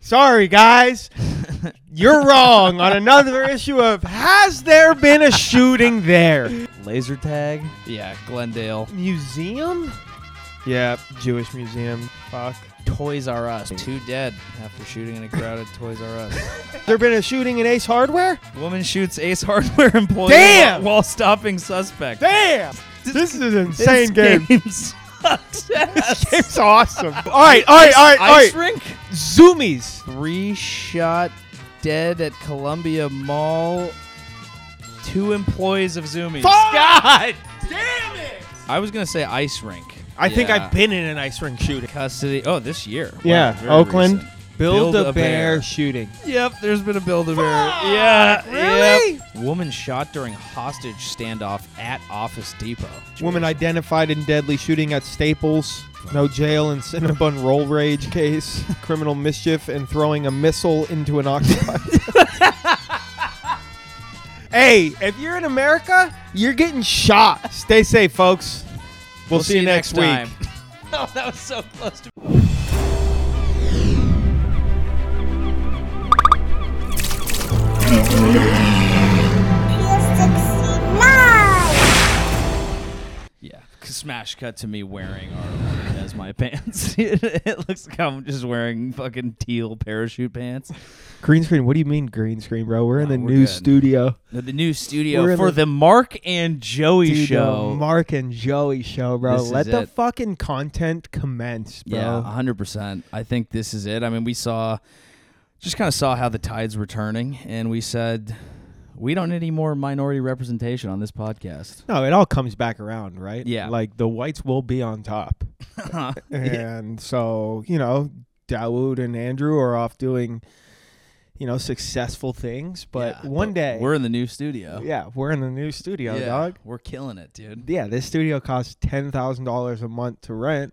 Sorry, guys. You're wrong on another issue of Has There Been a Shooting There? Laser tag. Yeah, Glendale. Museum? Yeah, Jewish museum. Fuck. Toys R Us. Two dead after shooting in a crowded Toys R Us. There been a shooting in Ace Hardware? Woman shoots Ace Hardware employee Damn! while stopping suspect. Damn! This is an This insane game. sucks This ass. game's awesome. All right, all right, all right, all Ice right. rink. Zoomies. Three shot dead at Columbia Mall. Two employees of Zoomies. God damn it! I was gonna say ice rink. I think Yeah. I've been in an ice rink shooting. custody. Oh, this year. Wow, Yeah, very Oakland. recent. Build, a, Build-A-Bear. bear. shooting. Yep, there's been a build a bear. Fuck, Yeah, really? yep. Woman shot during hostage standoff at Office Depot. Woman identified in deadly shooting at Staples. No jail in Cinnabon roll rage case. Criminal mischief and throwing a missile into an octopi. hey, if you're in America, you're getting shot. Stay safe, folks. We'll, see, you next, week. Time. oh, that was so close to. Yeah, 'cause smash cut to me wearing our as my pants. it looks like I'm just wearing fucking teal parachute pants. Green screen. What do you mean green screen, bro? We're in No, the we're new good. studio. The the new studio We're in for the- the Mark and Joey Dude, the show. Mark and Joey show, bro. This is Let the it. fucking content commence, bro. Yeah, hundred percent. I think this is it. I mean, we saw, just kind of saw how the tides were turning, and we said, we don't need any more minority representation on this podcast. No, it all comes back around, right? Yeah. Like the whites will be on top. and so, you know, Dawood and Andrew are off doing, you know, successful things. But Yeah, one day, we're in the new studio. yeah, we're in the new studio, dog. we're killing it, dude. Yeah, this studio costs $10,000 a month to rent.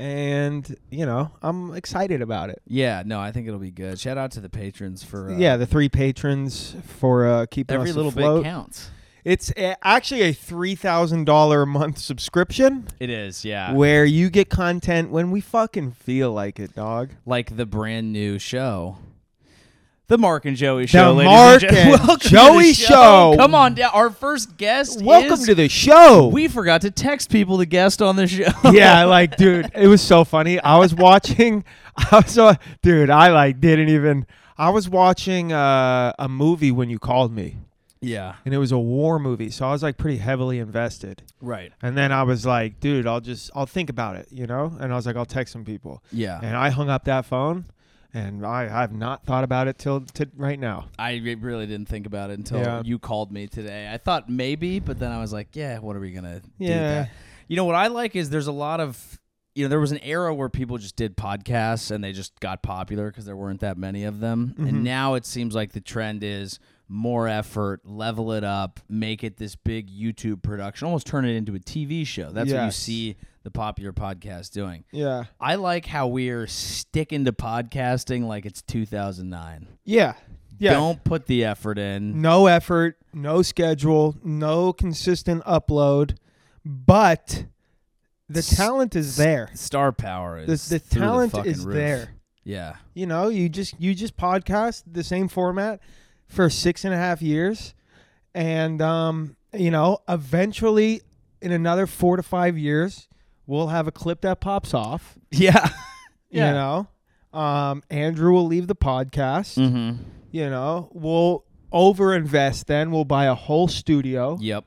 And, you know, I'm excited about it. Yeah, no, I think it'll be good. Shout out to the patrons for uh, Yeah, the three patrons for uh, keeping every us little afloat. bit counts. It's uh, actually a $3,000 a month subscription. It is, yeah. where you get content when we fucking feel like it, dog. like the brand new show. The Mark and Joey The show. ladies Mark gen- and Welcome to the Joey Show. Come on down. Our first guest. Welcome is- to the show. We forgot to text people to guest on the show. yeah, like, dude, it was so funny. I was watching, I was, uh, dude, I like didn't even. I was watching uh, a movie when you called me, yeah. and it was a war movie, so I was like pretty heavily invested. Right. And then I was like, dude, I'll just, I'll think about it, you know. And I was like, I'll text some people, Yeah. and I hung up that phone, and I, I've not thought about it till t- right now. I re- really didn't think about it until Yeah. you called me today. I thought maybe, but then I was like, yeah, what are we going to do? Yeah. That? You know, what I like is there's a lot of, you know, there was an era where people just did podcasts and they just got popular because there weren't that many of them. And now it seems like the trend is more effort, level it up, make it this big YouTube production, almost turn it into a TV show. That's what you Yes. see the popular podcast doing. Yeah, I like how we're sticking to podcasting like it's 2009. yeah, yeah. Mm, Don't put the effort in. no effort, no schedule, no consistent upload, but the S- talent is there. Star power The, is the through talent fucking is roof. there. Yeah, You know, you just you just podcast the same format for six and a half years, and um, you know, eventually in another four to five years, we'll have a clip that pops off. yeah, You know, um, Andrew will leave the podcast. Mm-hmm. You know, we'll overinvest. Then we'll buy a whole studio. Yep.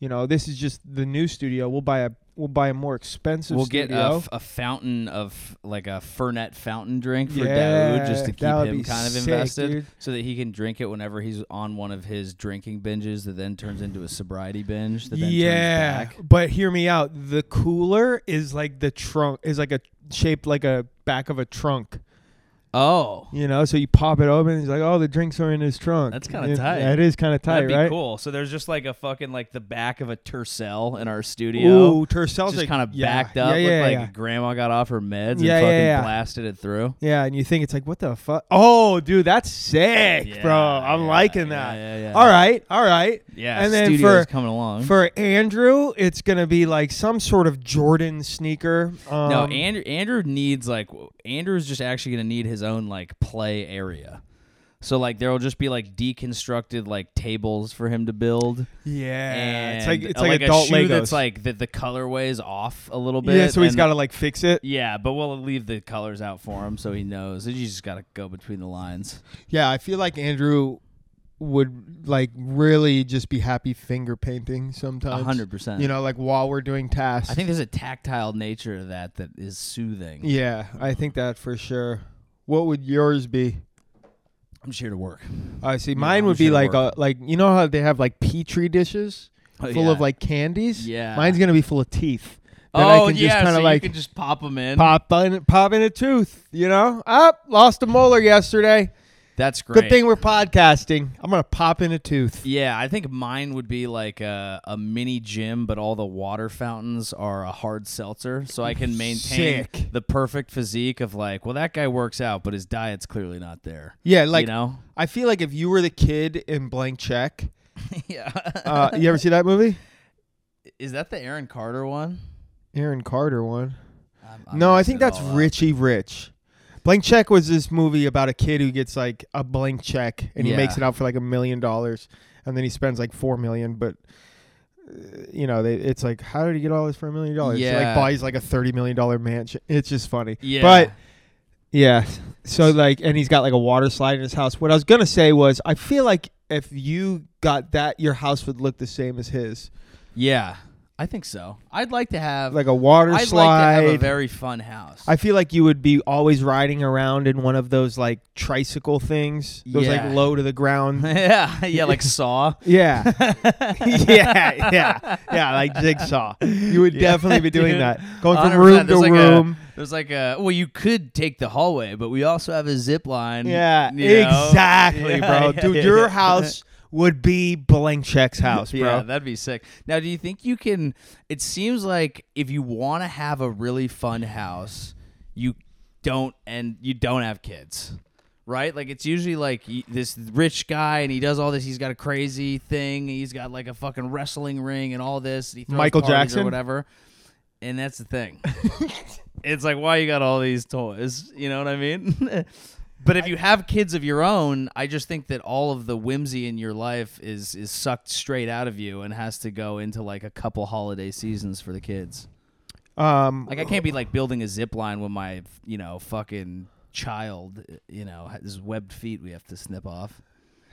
you know this is just the new studio we'll buy a we'll buy a more expensive We'll studio get a, f- a fountain of like a Fernet fountain drink for Yeah, Daoud just to keep that would him be kind of sick, invested, dude. so that he can drink it whenever he's on one of his drinking binges that then turns into a sobriety binge. That then yeah turns back. but hear me out the cooler is like the trunk is like a shaped like a back of a trunk Oh, you know so you pop it open and it's like oh the drinks are in his trunk That's kinda It- tight. that is kind of tight that'd be right cool. So there's just like a fucking like the back of a Tercel in our studio. Ooh, Tercell's just like, kind of yeah, backed up. Yeah, looked yeah, like yeah. grandma got off her meds Yeah, yeah, and fucking yeah. blasted it through. Yeah, and you think it's like, what the fuck? Oh, dude, that's sick, bro. Yeah, I'm yeah, liking yeah, that. yeah, yeah. All right, all right. Yeah, and then studio's for coming along. For Andrew, it's gonna be like some sort of Jordan sneaker. Um, no, Andrew, Andrew needs like Andrew's just actually gonna need his his own like play area. So like there will just be like deconstructed like tables for him to build. Yeah, and it's like it's uh, like, a adult shoe Legos. that's like that the colorway is off a little bit. yeah, so he's and- got to like fix it. Yeah, but we'll leave the colors out for him so he knows. You just gotta go between the lines. Yeah, I feel like Andrew would like really just be happy finger painting sometimes. A hundred percent. You know, like while we're doing tasks. I think there's a tactile nature to that that is soothing. Yeah, I think that for sure. What would yours be? I'm just here to work. I see. Yeah, Mine I'm would be sure like work. a, like you know how they have like petri dishes Oh, full of yeah. like candies. Yeah. Mine's gonna be full of teeth. That oh I can yeah, just kind of so like you can just pop them in. pop in, pop in a tooth. You know, up lost a molar yesterday. That's great. Good thing we're podcasting. I'm gonna pop in a tooth. Yeah, I think mine would be like a, a mini gym, but all the water fountains are a hard seltzer, so I can maintain Sick. the perfect physique of like, well, that guy works out, but his diet's clearly not there. Yeah, like you know, I feel like if you were the kid in Blank Check, yeah. uh, you ever see that movie? Is that the Aaron Carter one? Aaron Carter one. I'm- I'm no, I think mixing it that's all up. Richie Rich. Blank Check was this movie about a kid who gets like a blank check and he Yeah. makes it out for like a million dollars, and then he spends like four million. But uh, you know, they, it's like, how did he get all this for a million dollars? He, Yeah. like buys like a thirty million dollar mansion. It's just funny. Yeah, But yeah, so like, and he's got like a water slide in his house. What I was gonna say was, I feel like if you got that, your house would look the same as his, yeah, I think so. I'd like to have like a water I'd slide. like to have a very fun house. I feel like you would be always riding around in one of those like tricycle things, those Yeah. like low to the ground. yeah, yeah, like Saw. Yeah, yeah, yeah, yeah, like jigsaw. You would Yeah, definitely be doing dude. that, going from 100%. room to There's like a- room. there's like a well, you could take the hallway, but we also have a zip line. yeah, you know? exactly, Yeah, bro. yeah, Dude, yeah, your yeah. house would be blank check's house, bro. Yeah, that'd be sick. Now, do you think you can? It seems like if you want to have a really fun house, you don't, and you don't have kids, right? Like it's usually like y- this rich guy, and he does all this. He's got a crazy thing. and He's got like a fucking wrestling ring and all this. And he throws Michael parties Jackson? or whatever. And that's the thing. it's like why you got all these toys you know what i mean but if you have kids of your own i just think that all of the whimsy in your life is is sucked straight out of you and has to go into like a couple holiday seasons for the kids um, like i can't be like building a zip line when my you know fucking child you know his webbed feet we have to snip off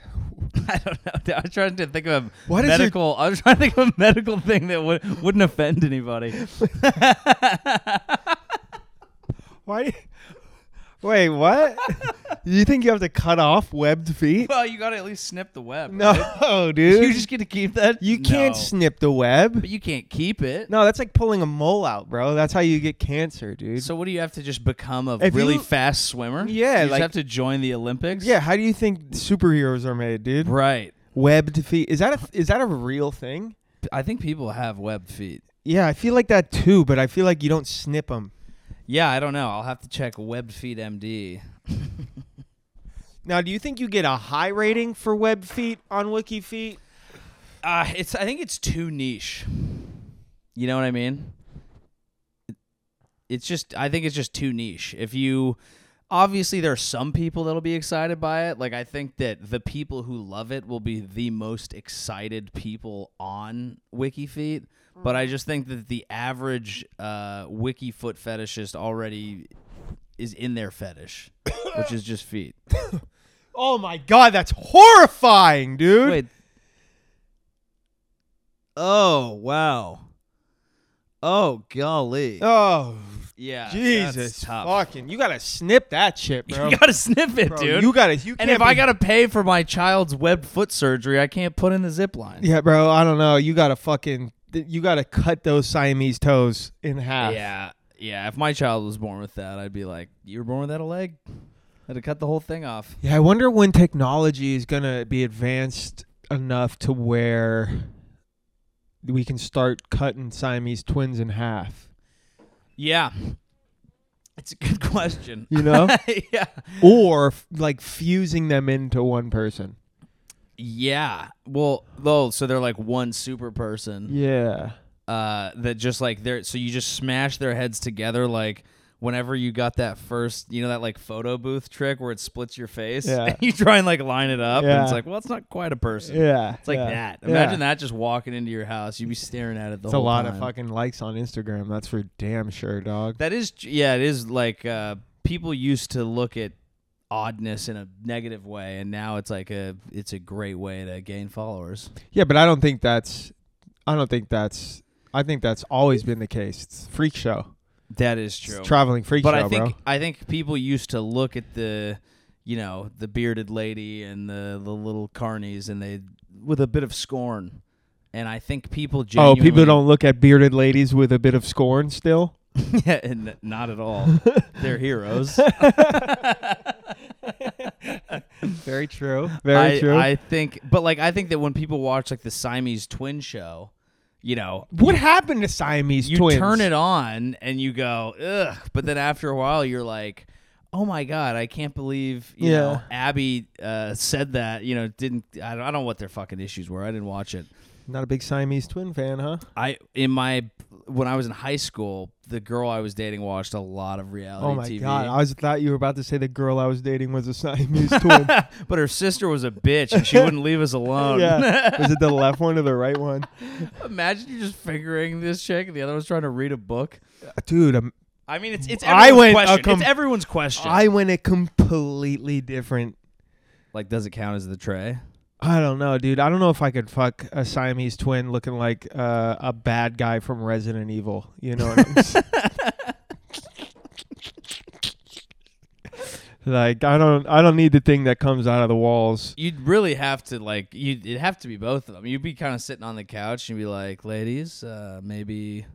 I don't know. I'm trying to think of a What is your- medical. I was trying to think of a medical thing that would, wouldn't offend anybody. why? do you- Wait, what? you think you have to cut off webbed feet? Well, you got to at least snip the web. right? No, dude. You just get to keep that. You can't No. snip the web. but you can't keep it. No, that's like pulling a mole out, bro. That's how you get cancer, dude. So what do you have to just become a If really you- fast swimmer? Yeah, you just like- have to join the Olympics. yeah, how do you think superheroes are made, dude? right. Webbed feet. Is that a is that a real thing? I think people have webbed feet. Yeah, I feel like that too, but I feel like you don't snip them. Yeah, I don't know. I'll have to check webbed feet MD. Now, do you think you get a high rating for web feet on Wiki Feet? Uh, it's. I think it's too niche. You know what I mean? It's just. I think it's just too niche. If you, obviously, there are some people that'll be excited by it. Like I think that the people who love it will be the most excited people on WikiFeet. But I just think that the average uh, Wiki foot fetishist already is in their fetish, which is just feet. Oh my god, that's horrifying, dude. Wait. Oh wow. Oh golly. Oh, yeah. Jesus. that's tough. Fucking. You got to snip that shit, bro. You gotta sniff it, Bro, dude. You got to you and can't if I be- gotta pay for my child's web foot surgery, I can't put in the zip line. Yeah, bro, I don't know. You got to fucking th- you got to cut those Siamese toes in half. Yeah. Yeah. If my child was born with that, I'd be like, "You were born without a leg." I'd have cut the whole thing off. Yeah, I wonder when technology is gonna be advanced enough to where we can start cutting Siamese twins in half. Yeah. It's a good question. You know, yeah. or f- like fusing them into one person. Yeah. Well, though, so they're like one super person. Yeah. uh, that just like they're so you just smash their heads together like whenever you got that first, you know, that like photo booth trick where it splits your face, Yeah. and you try and like line it up, and it's Yeah. like, well, it's not quite a person. Yeah, It's like yeah, that. yeah. Imagine that just walking into your house. You'd be staring at it the It's a whole lot time. of fucking likes on Instagram. That's for damn sure, dog. That is, yeah, it is like uh, people used to look at oddness in a negative way, and now it's like a it's a great way to gain followers. Yeah, but I don't think that's. I don't think that's. I think that's always been the case. It's freak show. That is It's true. traveling freak but show, I think bro. I think people used to look at the you know the bearded lady and the the little carnies, and they with a bit of scorn. And I think people Oh, genuinely people don't look at bearded ladies with a bit of scorn still. yeah, and not at all. They're heroes. Very true. Very I, true. I think, but like, I think that when people watch like the Siamese twin show, you know, what happened to Siamese you twins? turn it on and you go, ugh. But then after a while, you're like, oh my God, I can't believe, you Yeah. know, Abby uh, said that, you know, didn't, I don't, I don't know what their fucking issues were. I didn't watch it. Not a big Siamese twin fan, huh? I, in my, when I was in high school, the girl I was dating watched a lot of reality Oh my TV. god! I was thought you were about to say the girl I was dating was a Siamese twin. but her sister was a bitch and she wouldn't leave us alone. yeah. Was it the left one or the right one? Imagine you're just fingering this chick, and the other one's trying to read a book. Dude, um, I mean, it's it's I everyone's went a question. com- it's everyone's question. I went a completely different. like, does it count as the tray? I don't know, dude. I don't know if I could fuck a Siamese twin looking like uh, a bad guy from Resident Evil. You know what I'm saying? Like I don't, I don't need the thing that comes out of the walls. You'd really have to like you. would It'd have to be both of them. You'd be kind of sitting on the couch and be like, "Ladies, uh, maybe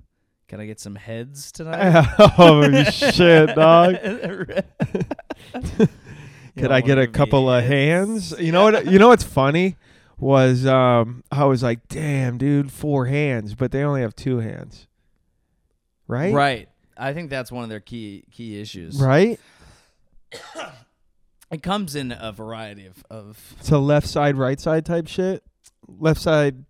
can I get some heads tonight?" oh shit, dog! You Could don't I get wanna a be couple of hands? You know what? You know what's funny was um, I was like, damn, dude, four hands, but they only have two hands, right? Right. I think that's one of their key key issues. right. It comes in a variety of, of It's a left side, right side type shit. Left side.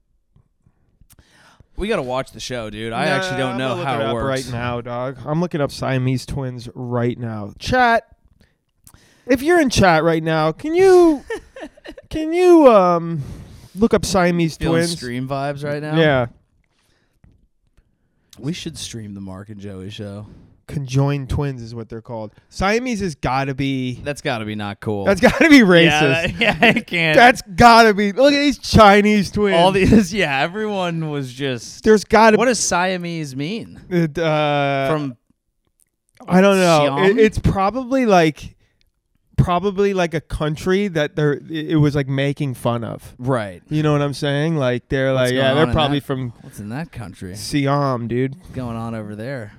We got to watch the show, dude. I actually don't know how it, works. right now, dog. I'm looking up Siamese twins right now. Chat. If you're in chat right now, can you can you um look up Siamese Feeling twins? stream vibes right now. Yeah. we should stream the Mark and Joey show. conjoined twins is what they're called. Siamese has got to be That's got to be not cool. that's got to be racist. Yeah, that- yeah, I can't. that's got to be. Look at these Chinese twins. all these. Yeah, everyone was just. there's got to What does Siamese mean? it, uh, From I don't know. Siam? It, it's probably like probably like a country that they're it it was like making fun of. right. You know what I'm saying? Like they're What's like yeah, going on they're in probably that? from What's in that country? Siam, dude. What's going on over there?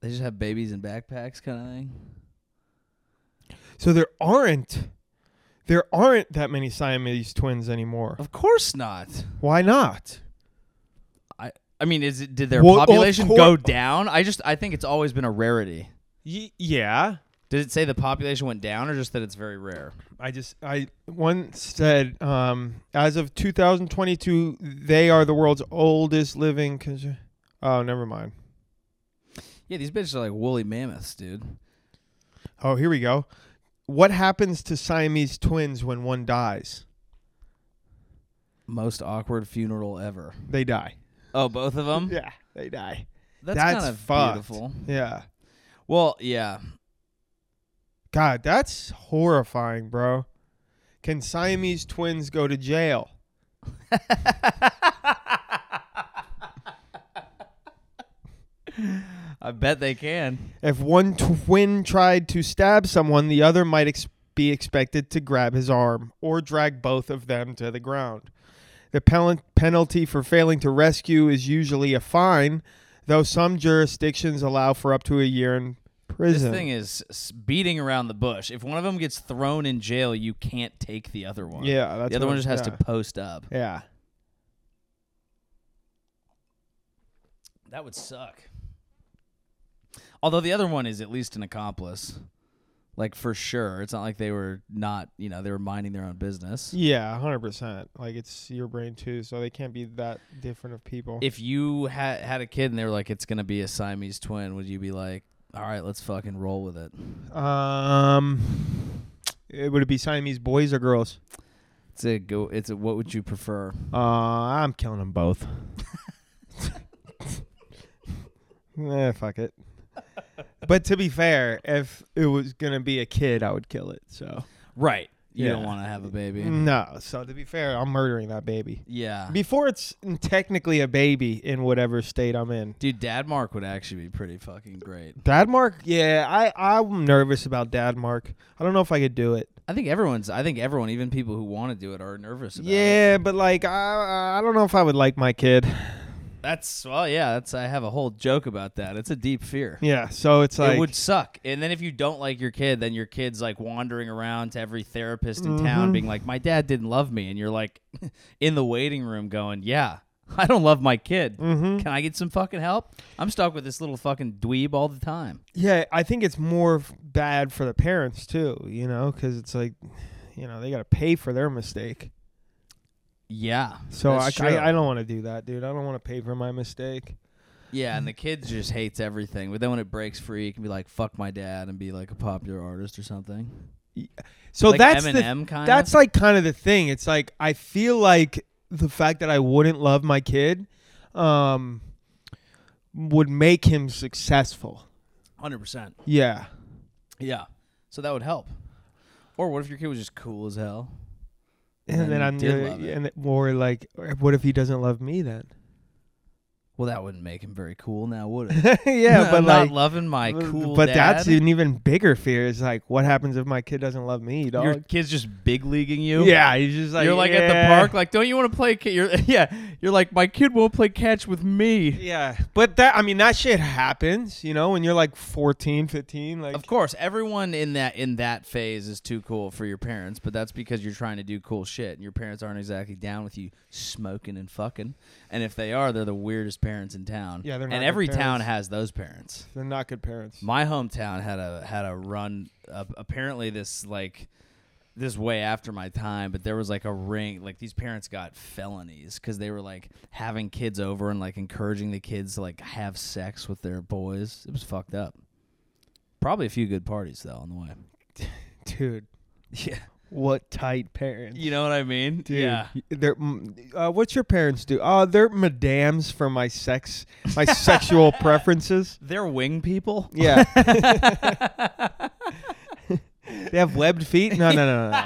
They just have babies in backpacks, kind of thing. So there aren't there aren't that many Siamese twins anymore. Of course not. Why not? I mean, is it did their Well, of population cour- go down? I just I think it's always been a rarity. Y- yeah. Did it say the population went down or just that it's very rare? I just I one said um, as of 2022 they are the world's oldest living. Cons- oh, never mind. Yeah, these bitches are like woolly mammoths, dude. Oh, here we go. What happens to Siamese twins when one dies? Most awkward funeral ever. They die. Oh, both of them. Yeah, they die. that's that's kind of fucked. beautiful. Yeah. Well, yeah. God, that's horrifying, bro. Can Siamese twins go to jail? I bet they can. If one twin tried to stab someone, the other might ex- be expected to grab his arm or drag both of them to the ground. The pel- penalty for failing to rescue is usually a fine, though some jurisdictions allow for up to a year in This prison. thing is s- beating around the bush. If one of them gets thrown in jail, you can't take the other one. yeah, that's the other what- one just has yeah. to post up. Yeah. That would suck. Although the other one is at least an accomplice. like for sure. It's not like they were not, you know, they were minding their own business. Yeah, hundred percent. Like it's your brain too, so they can't be that different of people. If you had had a kid and they were like, it's gonna be a Siamese twin, would you be like, all right, let's fucking roll with it? um, it, would it be Siamese boys or girls? It's a go. It's a what would you prefer? Uh, I'm killing them both. eh, fuck it. But to be fair, if it was gonna be a kid, I would kill it. So Right. Mm-hmm. You don't Yeah. want to have a baby. no. So to be fair, I'm murdering that baby Yeah. before it's technically a baby in whatever state I'm in. Dude, Dad Mark would actually be pretty fucking great. Dad Mark, yeah, I I'm nervous about Dad Mark. I don't know if I could do it. I think everyone's. I think everyone, even people who want to do it, are nervous about it. Yeah, but like I I don't know if I would like my kid. That's well, yeah. That's I have a whole joke about that. It's a deep fear. Yeah, so it's like it would suck. And then if you don't like your kid, then your kid's like wandering around to every therapist in town being like, My dad didn't love me. And you're like in the waiting room going, Yeah, I don't love my kid. Mm-hmm. Can I get some fucking help? I'm stuck with this little fucking dweeb all the time. yeah, I think it's more f- bad for the parents too, you know, cuz it's like you know, they got to pay for their mistake. Yeah. So I, that's true. I I don't want to do that, dude. I don't want to pay for my mistake. Yeah, and the kid just hates everything. But then when it breaks free, you can be like, fuck my dad and be like a popular artist or something. So like that's the Eminem kind that's of. like kind of the thing. It's like I feel like the fact that I wouldn't love my kid um would make him successful. 100%. Yeah. Yeah. So that would help. Or what if your kid was just cool as hell? And, then then you I'm did the- love it. and th- or like or what if he doesn't love me then? Well, that wouldn't make him very cool now, would it? yeah, but not like loving my b- cool. but dad. that's an even bigger fear is like what happens if my kid doesn't love me, dog? your kid's just big leaguing you. yeah, he's just like you're like at "Yeah." the park, like, don't you want to play? Ca-? You're yeah, you're like, my kid won't play catch with me. Yeah. But that I mean that shit happens, you know, when you're like 14, 15 like Of course, everyone in that in that phase is too cool for your parents, but that's because you're trying to do cool shit, and your parents aren't exactly down with you smoking and fucking. And if they are, they're the weirdest parents in town. Yeah, they're not And good every town parents. has those parents. They're not good parents. my hometown had a had a run uh, apparently this like this way after my time but there was like a ring like these parents got felonies because they were like having kids over and like encouraging the kids to like have sex with their boys it was fucked up probably a few good parties though on the way Dude, yeah what tight parents. you know what i mean Dude, yeah they're mm, uh, what's your parents do? Uh, they're madams for my sex, my sexual preferences. they're wing people Yeah, they have webbed feet. No, no, no, no,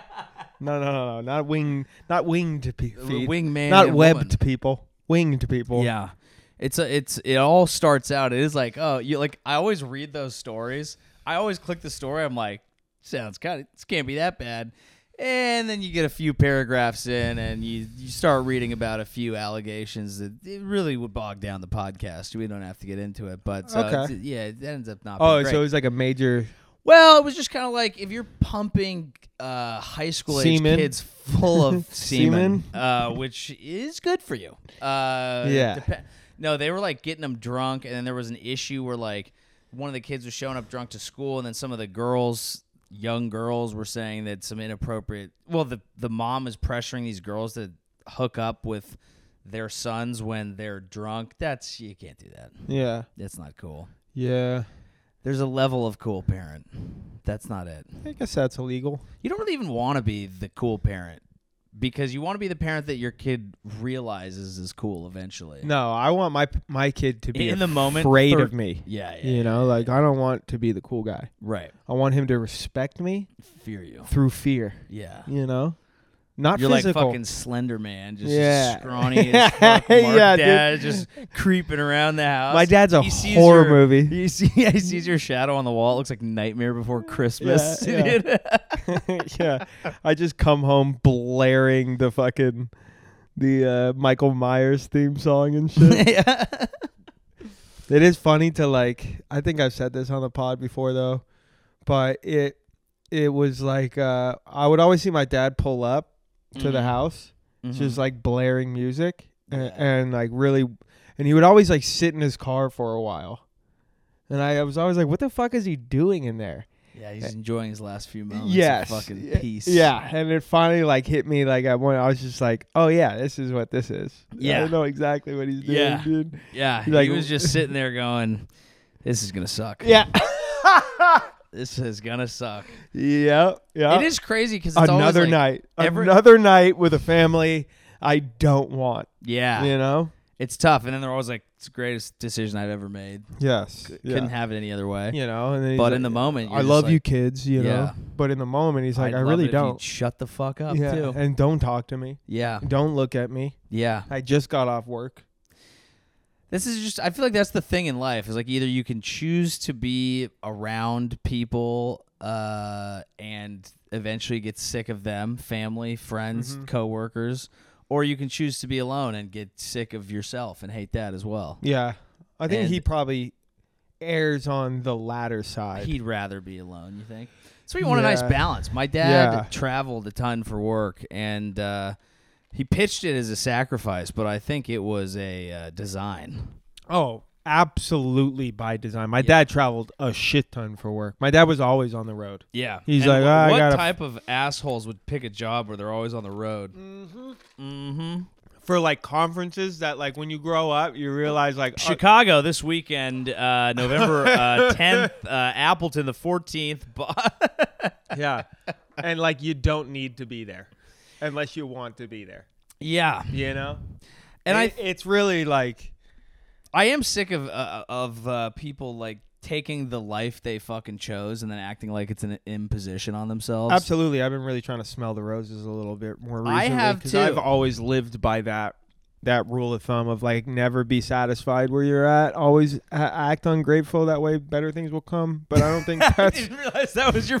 no, no, no, no, no. Not winged, not winged pe- feet. wingman not and webbed woman. people. Winged people. Yeah. It's a, it's it all starts out. It is like, oh, you like I always read those stories. I always click the story. I'm like, sounds kind of this can't be that bad. And then you get a few paragraphs in, and you you start reading about a few allegations that it really would bog down the podcast. We don't have to get into it, but so Okay. it's- yeah, that ends up not. Oh, being great. so it was like a major. Well, it was just kind of like if you're pumping uh, high school age Semen. kids full of semen, uh, which is good for you. Uh, Yeah. depe- no, they were like getting them drunk, and then there was an issue where like one of the kids was showing up drunk to school, and then some of the girls, young girls, were saying that some inappropriate. Well, the the mom is pressuring these girls to hook up with their sons when they're drunk. That's you can't do that. Yeah. That's not cool. Yeah. There's a level of cool parent. That's not it I guess that's illegal. you don't really even want to be the cool parent because you want to be the parent that your kid realizes is cool eventually. No, I want my my kid to be In the moment, afraid thir- of me. Yeah, yeah, You know, like I don't want to be the cool guy. right. I want him to respect me Fear you. through fear. Yeah. You know, not You're physical. like fucking Slender Man, just Yeah. scrawny as fuck, marked Yeah, dude. dad, just creeping around the house. My dad's a He sees horror your- movie. He, see, he sees your shadow on the wall. It looks like Nightmare Before Christmas. Yeah, yeah. dude. yeah, I just come home blaring the fucking the uh, Michael Myers theme song and shit. Yeah. it is funny to like. I think I've said this on the pod before though, but it it was like uh, I would always see my dad pull up to the Mhm. house, just like blaring music and, Yeah. and like really, and he would always like sit in his car for a while, and I, I was always like, what the fuck is he doing in there? Yeah, he's enjoying his last few moments. yes. Of Oh, fucking Y- peace. Yeah, and it finally like hit me like at one. I was just like, oh yeah, this is what this is. I Yeah. know exactly what he's doing, Yeah. dude. Yeah. He's like- he was just sitting there going, This is gonna suck. Yeah. This is gonna suck. yep. Yep. It is crazy because it's always another like- night. every- another night with a family I don't want. Yeah. You know. It's tough. And then they're always like, It's the greatest decision I've ever made. Yes. Couldn't have it any other way. You know. And then he's But like, in the moment, you're I just love like, you, kids. You know. Yeah. But in the moment, he's like, "I'd I love really it if you'd don't. Shut the fuck up yeah. too. And don't talk to me. Yeah. Don't look at me. Yeah. I just got off work. This is just I feel like that's the thing in life is like either you can choose to be around people uh and eventually get sick of them, family, friends, Mm-hmm. coworkers, or you can choose to be alone and get sick of yourself and hate that as well. Yeah. I think And- he probably errs on the latter side. He'd rather be alone, you think? So we want a nice Yeah. balance. My dad Yeah. traveled a ton for work and uh he pitched it as a sacrifice, but I think it was a uh, design. oh, absolutely by design. My dad traveled a shit ton for work. My dad was always on the road. Yeah. He's And like, wh- "Ah, I what gotta f- type of assholes would pick a job where they're always on the road? Mm-hmm. For like conferences that like when you grow up, you realize like oh, Chicago this weekend, uh, November uh, 10th, uh, Appleton the 14th. Bo- yeah. And like you don't need to be there unless you want to be there, yeah. you know? And I, It- it's really like I am sick of uh, of uh, people like taking the life they fucking chose and then acting like it's an imposition on themselves. Absolutely. I've been really trying to smell the roses a little bit more recently. I have 'cause I've too. always lived by that that rule of thumb of like never be satisfied where you're at. Always a- act ungrateful. That way, better things will come. But I don't think I that's didn't realize that was your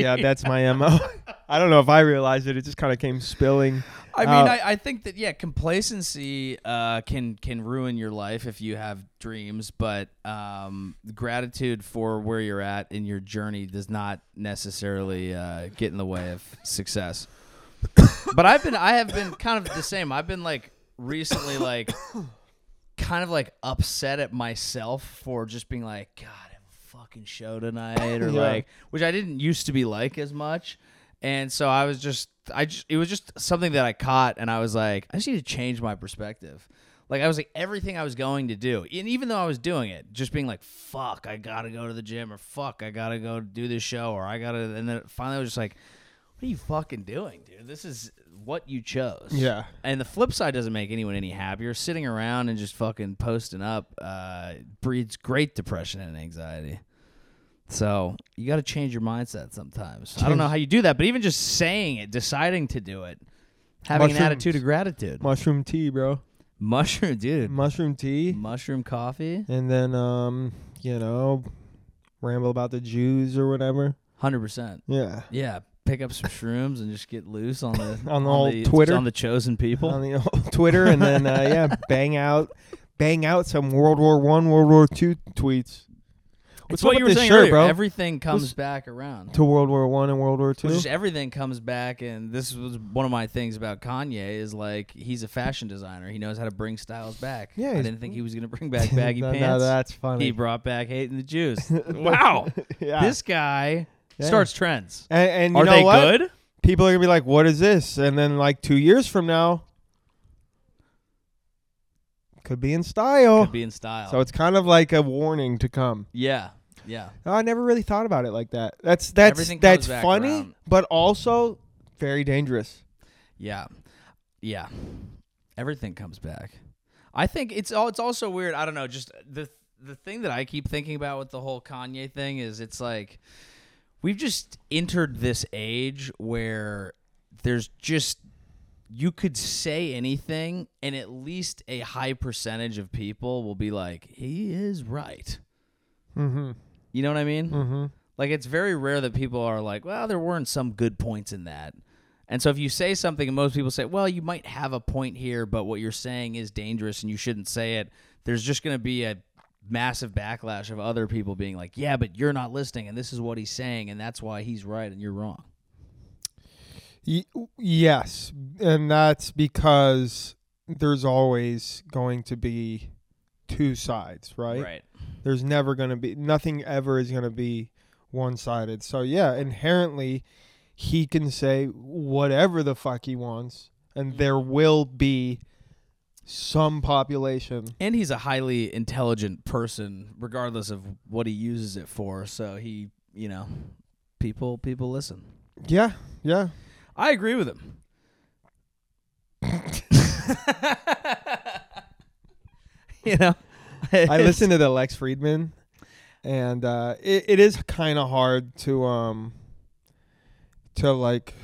yeah, that's my mo. I don't know if I realized it. It just kind of came spilling. I mean, out. I, I think that yeah, complacency uh, can can ruin your life if you have dreams, but um, gratitude for where you're at in your journey does not necessarily uh, get in the way of success. but I've been I have been kind of the same. I've been like recently like kind of like upset at myself for just being like, God, I have a fucking show tonight, or Yeah. like, which I didn't used to be like as much. And so I was just, I just, it was just something that I caught, and I was like, I just need to change my perspective. Like I was like everything I was going to do, and even though I was doing it, just being like, "Fuck, I gotta go to the gym," or "Fuck, I gotta go do this show," or "I gotta," and then finally I was just like, "What are you fucking doing, dude? This is what you chose." Yeah. And the flip side doesn't make anyone any happier. Sitting around and just fucking posting up uh, breeds great depression and anxiety. So you got to change your mindset sometimes. I don't know how you do that, but even just saying it, deciding to do it, having an Mushrooms. attitude of gratitude. mushroom tea, bro. Mushroom, dude. Mushroom tea, Mushroom coffee, and then um, you know, ramble about the Jews or whatever. hundred percent. Yeah. Yeah, pick up some shrooms and just get loose on the On the old Twitter. on the chosen people. on the old Twitter, and then uh, yeah, bang out, bang out some World War One, World War Two tweets. It's What's up what with you were this saying shirt, earlier. bro? Everything comes What's- back around. to World War One and World War Two. Well, just everything comes back, and this was one of my things about Kanye is like he's a fashion designer. He knows how to bring styles back. Yeah, I he's- didn't think he was gonna bring back baggy No, no, pants. that's he funny. brought back hating the Jews. wow, yeah. this guy Yeah. starts trends. and, and you Are know they what? good? People are gonna be like, "What is this?" And then like two years from now, could be in style. Could be in style. Oh. So it's kind of like a warning to come. yeah, yeah. Oh, I never really thought about it like that. That's that's Everything comes that's back funny, around. but also very dangerous. Yeah. Yeah. Everything comes back. I think it's all it's also weird, I don't know, just the the thing that I keep thinking about with the whole Kanye thing is it's like we've just entered this age where there's just you could say anything and at least a high percentage of people will be like he is right. Mm-hmm. You know what I mean? Mm-hmm. Like it's very rare that people are like, well, there weren't some good points in that. And so if you say something and most people say, well, you might have a point here, but what you're saying is dangerous and you shouldn't say it, there's just going to be a massive backlash of other people being like, yeah, but you're not listening and this is what he's saying and that's why he's right and you're wrong. Y- yes, and that's because there's always going to be two sides, right? There's never going to be nothing ever is going to be one sided. So yeah, inherently he can say whatever the fuck he wants and there Mm-hmm. will be some population. and he's a highly intelligent person, regardless of what he uses it for. So he, you know, people people listen. Yeah, yeah. I agree with him. you know, I listened to the Lex Friedman, and uh, it, it is kind of hard to um to like.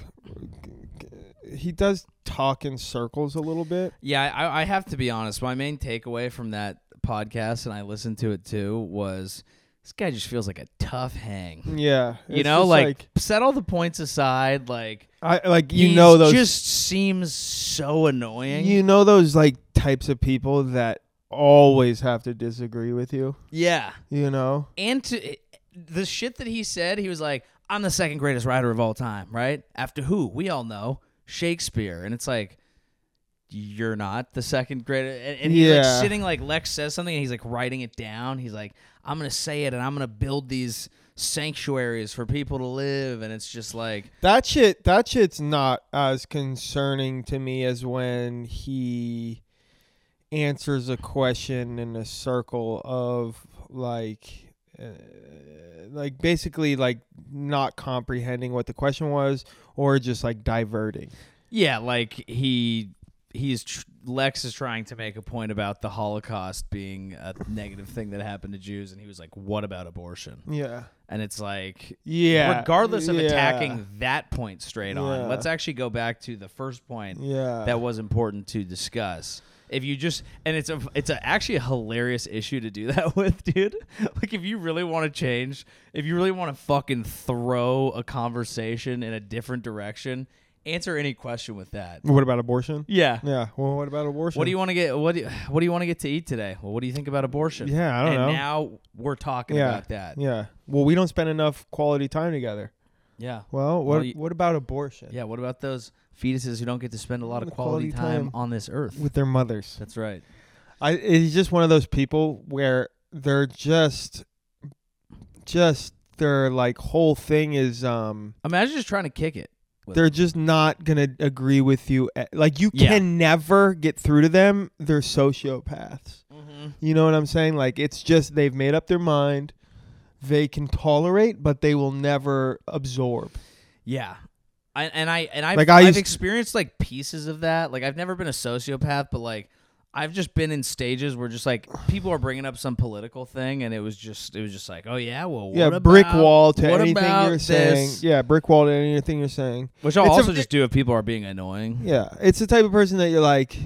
He does talk in circles a little bit. Yeah, I, I have to be honest. My main takeaway from that podcast, and I listened to it too, was this guy just feels like a tough hang. Yeah, You it's know, just like, set all the points aside. Like I like you he know those just seems so annoying. you know those like types of people that always have to disagree with you. yeah, You know, and to the shit that he said, he was like, "I'm the second greatest writer of all time." Right after who? We all know Shakespeare, and it's like. You're not the second greatest, and, and he's Yeah. like sitting like Lex says something, and he's like writing it down. He's like, "I'm gonna say it, and I'm gonna build these sanctuaries for people to live," and it's just like, that shit. That shit's not as concerning to me as when he answers a question in a circle of like uh, like basically like not comprehending what the question was or just like diverting yeah, like he he's tr- Lex is trying to make a point about the Holocaust being a negative thing that happened to Jews, and he was like, "What about abortion?" yeah And it's like, yeah regardless of Yeah. attacking that point straight on Yeah. let's actually go back to the first point yeah that was important to discuss if you just and it's a it's a, actually a hilarious issue to do that with dude like if you really want to change if you really want to fucking throw a conversation in a different direction answer any question with that what about abortion yeah yeah well what about abortion what do you want to get what do you, what do you want to get to eat today well what do you think about abortion Yeah, I don't and know. now we're talking Yeah. about that yeah well we don't spend enough quality time together yeah well what Well, you- what about abortion Yeah, what about those fetuses who don't get to spend a lot of The quality, quality time, time. on this earth? with their mothers That's right. I he's just one of those people where they're just just their like whole thing is um Imagine just trying to kick it. with- they're just not gonna agree with you a- like you Yeah. can never get through to them they're sociopaths you know what i'm saying like it's just they've made up their mind they can tolerate but they will never absorb Yeah. I, and I and I've, Like, I I have used- experienced like pieces of that. Like I've never been a sociopath, but like I've just been in stages where just like people are bringing up some political thing, and it was just it was just like, oh yeah, well, what yeah about, brick wall to what anything about you're saying this? yeah brick wall to anything you're saying which I'll It's a- also just do if people are being annoying. Yeah, it's the type of person that you're like,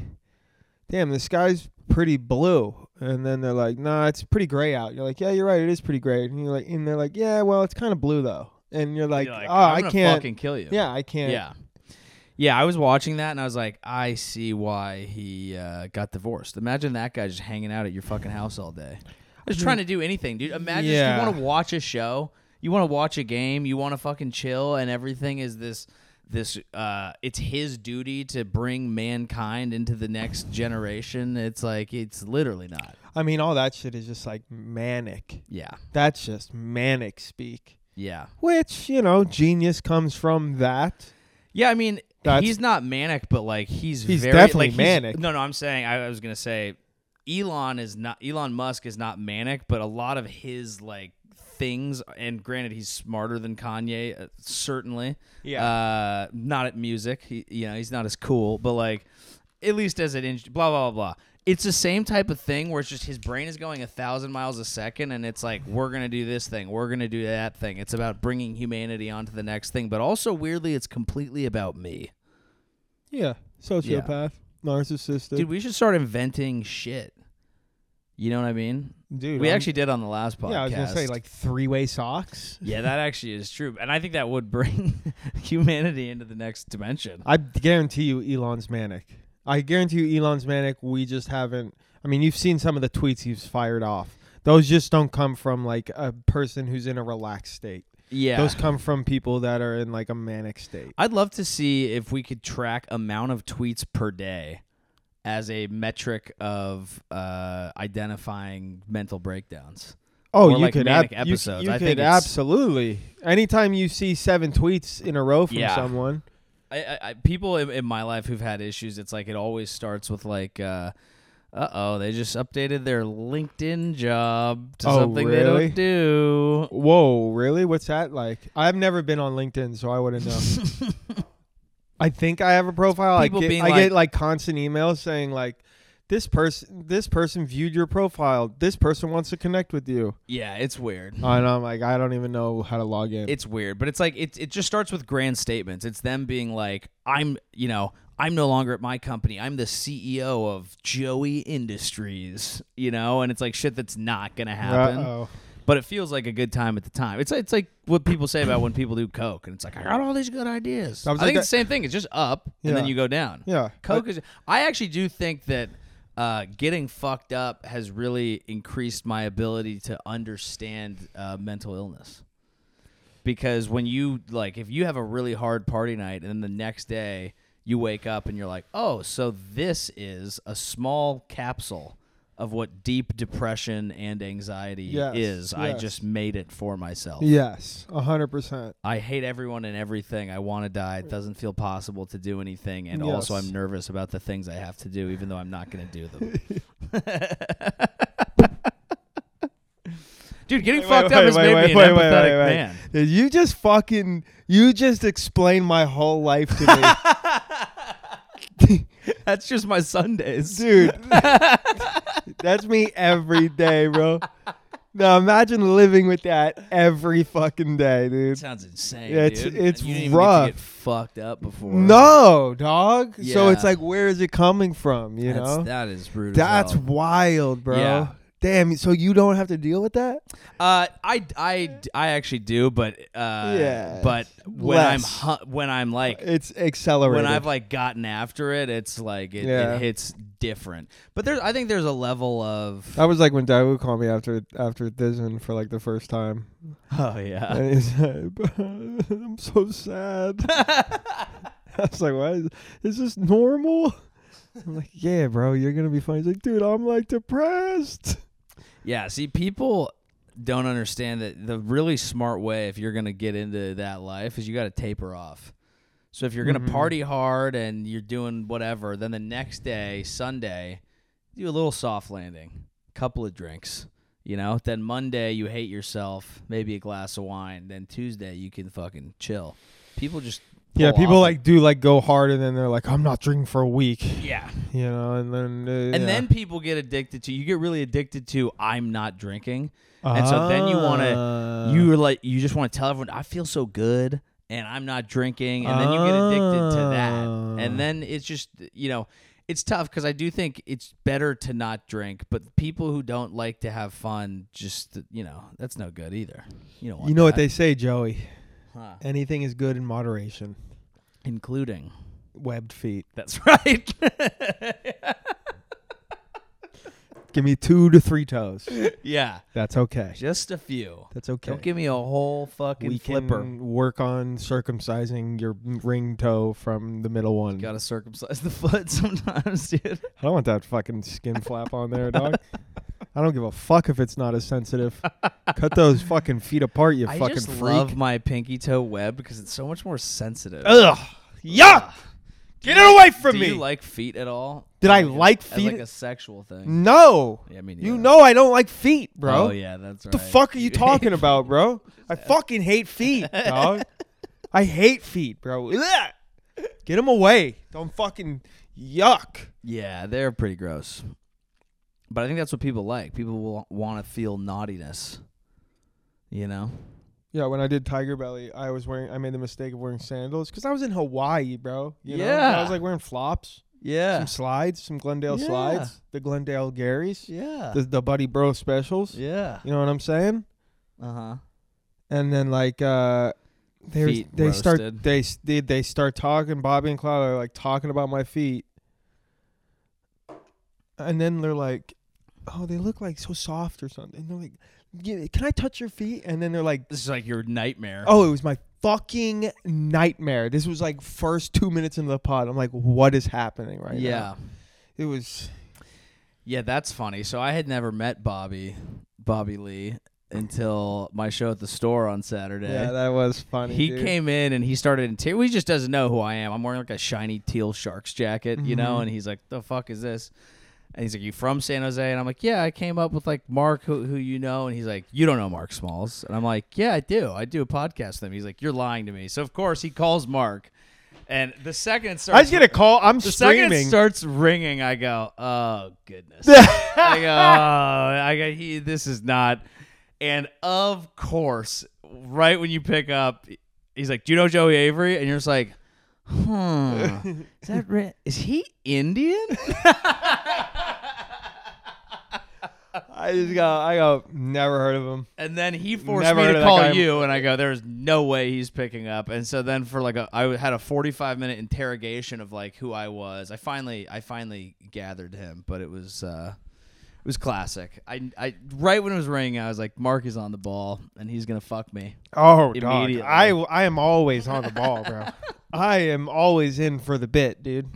damn, the sky's pretty blue, and then they're like, nah, it's pretty gray out. You're like, yeah, you're right, it is pretty gray, and you're like, and they're like, yeah, well, it's kind of blue though, and you're like, You're oh, I'm I gonna can't, fucking kill you. yeah, I can't, Yeah. Yeah, I was watching that and I was like, I see why he uh, got divorced. Imagine that guy just hanging out at your fucking house all day. Just trying to do anything, dude. Imagine Mm-hmm. if Yeah. you want to watch a show, you want to watch a game, you want to fucking chill, and everything is this this uh it's his duty to bring mankind into the next generation it's like it's literally not I mean, all that shit is just like manic. yeah That's just manic speak, yeah which you know, genius comes from that. Yeah, I mean, That's- he's not manic, but like he's He's very, definitely like, he's- manic. No, no, I'm saying I, I was gonna say Elon is not Elon Musk is not manic, but a lot of his like things, and granted, he's smarter than Kanye, uh, certainly. Yeah. Uh, not at music, he, you know, he's not as cool, but like at least as an inch, blah blah blah. blah. It's the same type of thing where it's just his brain is going a thousand miles a second, and it's like we're gonna do this thing, we're gonna do that thing. It's about bringing humanity onto the next thing, but also weirdly, it's completely about me. Yeah, sociopath, narcissistic, Dude, we should start inventing shit. You know what I mean? Dude, we I'm- actually did on the last podcast. yeah, I was gonna say like three-way socks. Yeah, that actually is true, and I think that would bring humanity into the next dimension. I guarantee you Elon's manic. I guarantee you Elon's manic. We just haven't. I mean, you've seen some of the tweets he's fired off. Those just don't come from like a person who's in a relaxed state. Yeah, Those come from people that are in like a manic state. I'd love to see if we could track amount of tweets per day as a metric of uh, identifying mental breakdowns. Oh, Or you like could manic ab- you- episodes. You, I could think it's- absolutely. Anytime you see seven tweets in a row from Yeah. someone, I, I, I people in, in my life who've had issues, it's like it always starts with like, uh oh, they just updated their LinkedIn job to Oh, something really? they don't do. whoa, really? What's that like? I've never been on LinkedIn, so I wouldn't know. I think I have a profile. I People get, being I like- get like constant emails saying like, this person, this person viewed your profile. This person wants to connect with you, yeah, it's weird. and I'm like, I don't even know how to log in. It's weird, but it's like it it just starts with grand statements. It's them being like, I'm, you know, I'm no longer at my company. I'm the CEO of Joey Industries, you know, and it's like shit that's not gonna happen. Uh-oh. But it feels like a good time at the time. It's it's like what people say about when people do coke, and it's like I got all these good ideas. I I, was think like it's the same thing. It's just up and then Yeah. you go down. Yeah. coke is. I actually do think that uh, getting fucked up has really increased my ability to understand uh, mental illness. Because when you like, if you have a really hard party night, and then the next day you wake up and you're like, oh, so this is a small capsule of what deep depression and anxiety Yes, is. I yes. just made it for myself. Yes, hundred percent. I hate everyone and everything. I want to die. It doesn't feel possible to do anything, and also Yes. I'm nervous about the things I have to do, even though I'm not going to do them. Dude, getting Wait, fucked wait, up has wait, made wait, me an wait, empathetic wait, wait, wait. man. You just fucking you just explained my whole life to me. That's just my Sundays. Dude. That's me every day, bro. Now imagine living with that every fucking day, dude. sounds insane. Yeah, it's- dude. it's you didn't rough. Even get to get fucked up before. No, dog. So Yeah. it's like where is it coming from, you That's, know? that is brutal. That's wild, bro. Yeah. Damn, so you don't have to deal with that? Uh, I, I, I actually do, but uh, Yeah. but when I'm Less. hu- when I'm like It's accelerated. when I've like gotten after it, it's like it, Yeah. it hits different. But there's, I think there's a level of that was like when Daewoo called me after after Disney for like the first time. oh yeah, And he's like, I'm so sad. I was like, what? Is, is this normal? I'm like, yeah, bro, you're going to be fine. He's like, dude, I'm like depressed. yeah. See, people don't understand that the really smart way if you're gonna get into that life is you got to taper off. So if you're gonna Mhm. party hard and you're doing whatever, then the next day, Sunday, do a little soft landing, couple of drinks. You know, then Monday you hate yourself, maybe a glass of wine. Then Tuesday you can fucking chill. People just Yeah, pull people off. like do like go hard and then they're like, I'm not drinking for a week, yeah, you know, and then. Uh, And then people get addicted to you get really addicted to I'm not drinking. and so then you to. You're like you just want to tell everyone I feel so good and I'm not drinking and then you get addicted to that. Ah. And then it's just you know, it's tough cuz I do think it's better to not drink, but people who don't like to have fun just you know, that's no good either. You don't want You know what that. they say, Joey? Huh. Anything is good in moderation. including. Webbed feet. That's right. Give me two to three toes. yeah, That's okay. just a few. That's okay. Don't give me a whole fucking we flipper. can work on circumcising your ring toe from the middle one. Gotta circumcise the foot sometimes, dude. I don't want that fucking skin flap on there, dog. I don't give a fuck if it's not as sensitive. Cut those fucking feet apart, you I fucking just freak. love my pinky toe web because it's so much more sensitive. Ugh. Yuck. Get it away from Do me. you like feet at all? Did I like as feet? like a sexual thing? no. Yeah, me You neither. know I don't like feet, bro. Oh yeah, that's right. What the fuck are you talking about, bro? I fucking hate feet, dog. I hate feet, bro. Ugh. Get them away. Don't fucking yuck. yeah, they're pretty gross. But I think that's what people like. People will want to feel naughtiness. You know? Yeah, when I did Tiger Belly, I was wearing. I made the mistake of wearing sandals because I was in Hawaii, bro. You know? Yeah. I was like wearing flops, Yeah. some slides, some Glendale Yeah. slides, the Glendale Garys, Yeah. the, the Buddy Bro specials. yeah. You know what I'm saying? Uh huh. And then like uh, they Feet they start roasted. they s- they they start talking. Bobby and Cloud are like talking about my feet, and then they're like, "Oh, they look like so soft or something." And they're like, "Yeah, "Can I touch your feet?" And then they're like. This is like your nightmare. Oh, it was my fucking nightmare. This was like first two minutes into the pod. I'm like, what is happening right now? yeah. It was Yeah, that's funny. So I had never met Bobby, Bobby Lee, until my show at the store on Saturday. Yeah, that was funny. he dude. came in and he started in tears. He just doesn't know who I am. I'm wearing like a shiny teal Sharks jacket, you Mm-hmm. know, and he's like, "The fuck is this?" And he's like, "You from San Jose?" And I'm like, "Yeah, I came up with like Mark, who, who you know." And he's like, "You don't know Mark Smalls?" And I'm like, "Yeah, I do. I do a podcast with him." He's like, "You're lying to me." So of course he calls Mark, and the second it starts, I just get a call. I'm the second it streaming. starts ringing, I go, "Oh goodness!" I go, "Oh, I go, he, this is not." And of course, right when you pick up, he's like, "Do you know Joey Avery?" And you're just like, "Hmm, is that ri- is he Indian?" I just go. I go. Never heard of him. And then he forced Never me heard to of that guy. call you, and I go, "There's no way he's picking up." And so then for like a, I had a 45 minute interrogation of like who I was. I finally, I finally gathered him, but it was, uh, it was classic. I, I right when it was ringing, I was like, "Mark is on the ball, and he's gonna fuck me." Oh, dog. Immediately. I I am always on the ball, bro. I am always in for the bit, dude.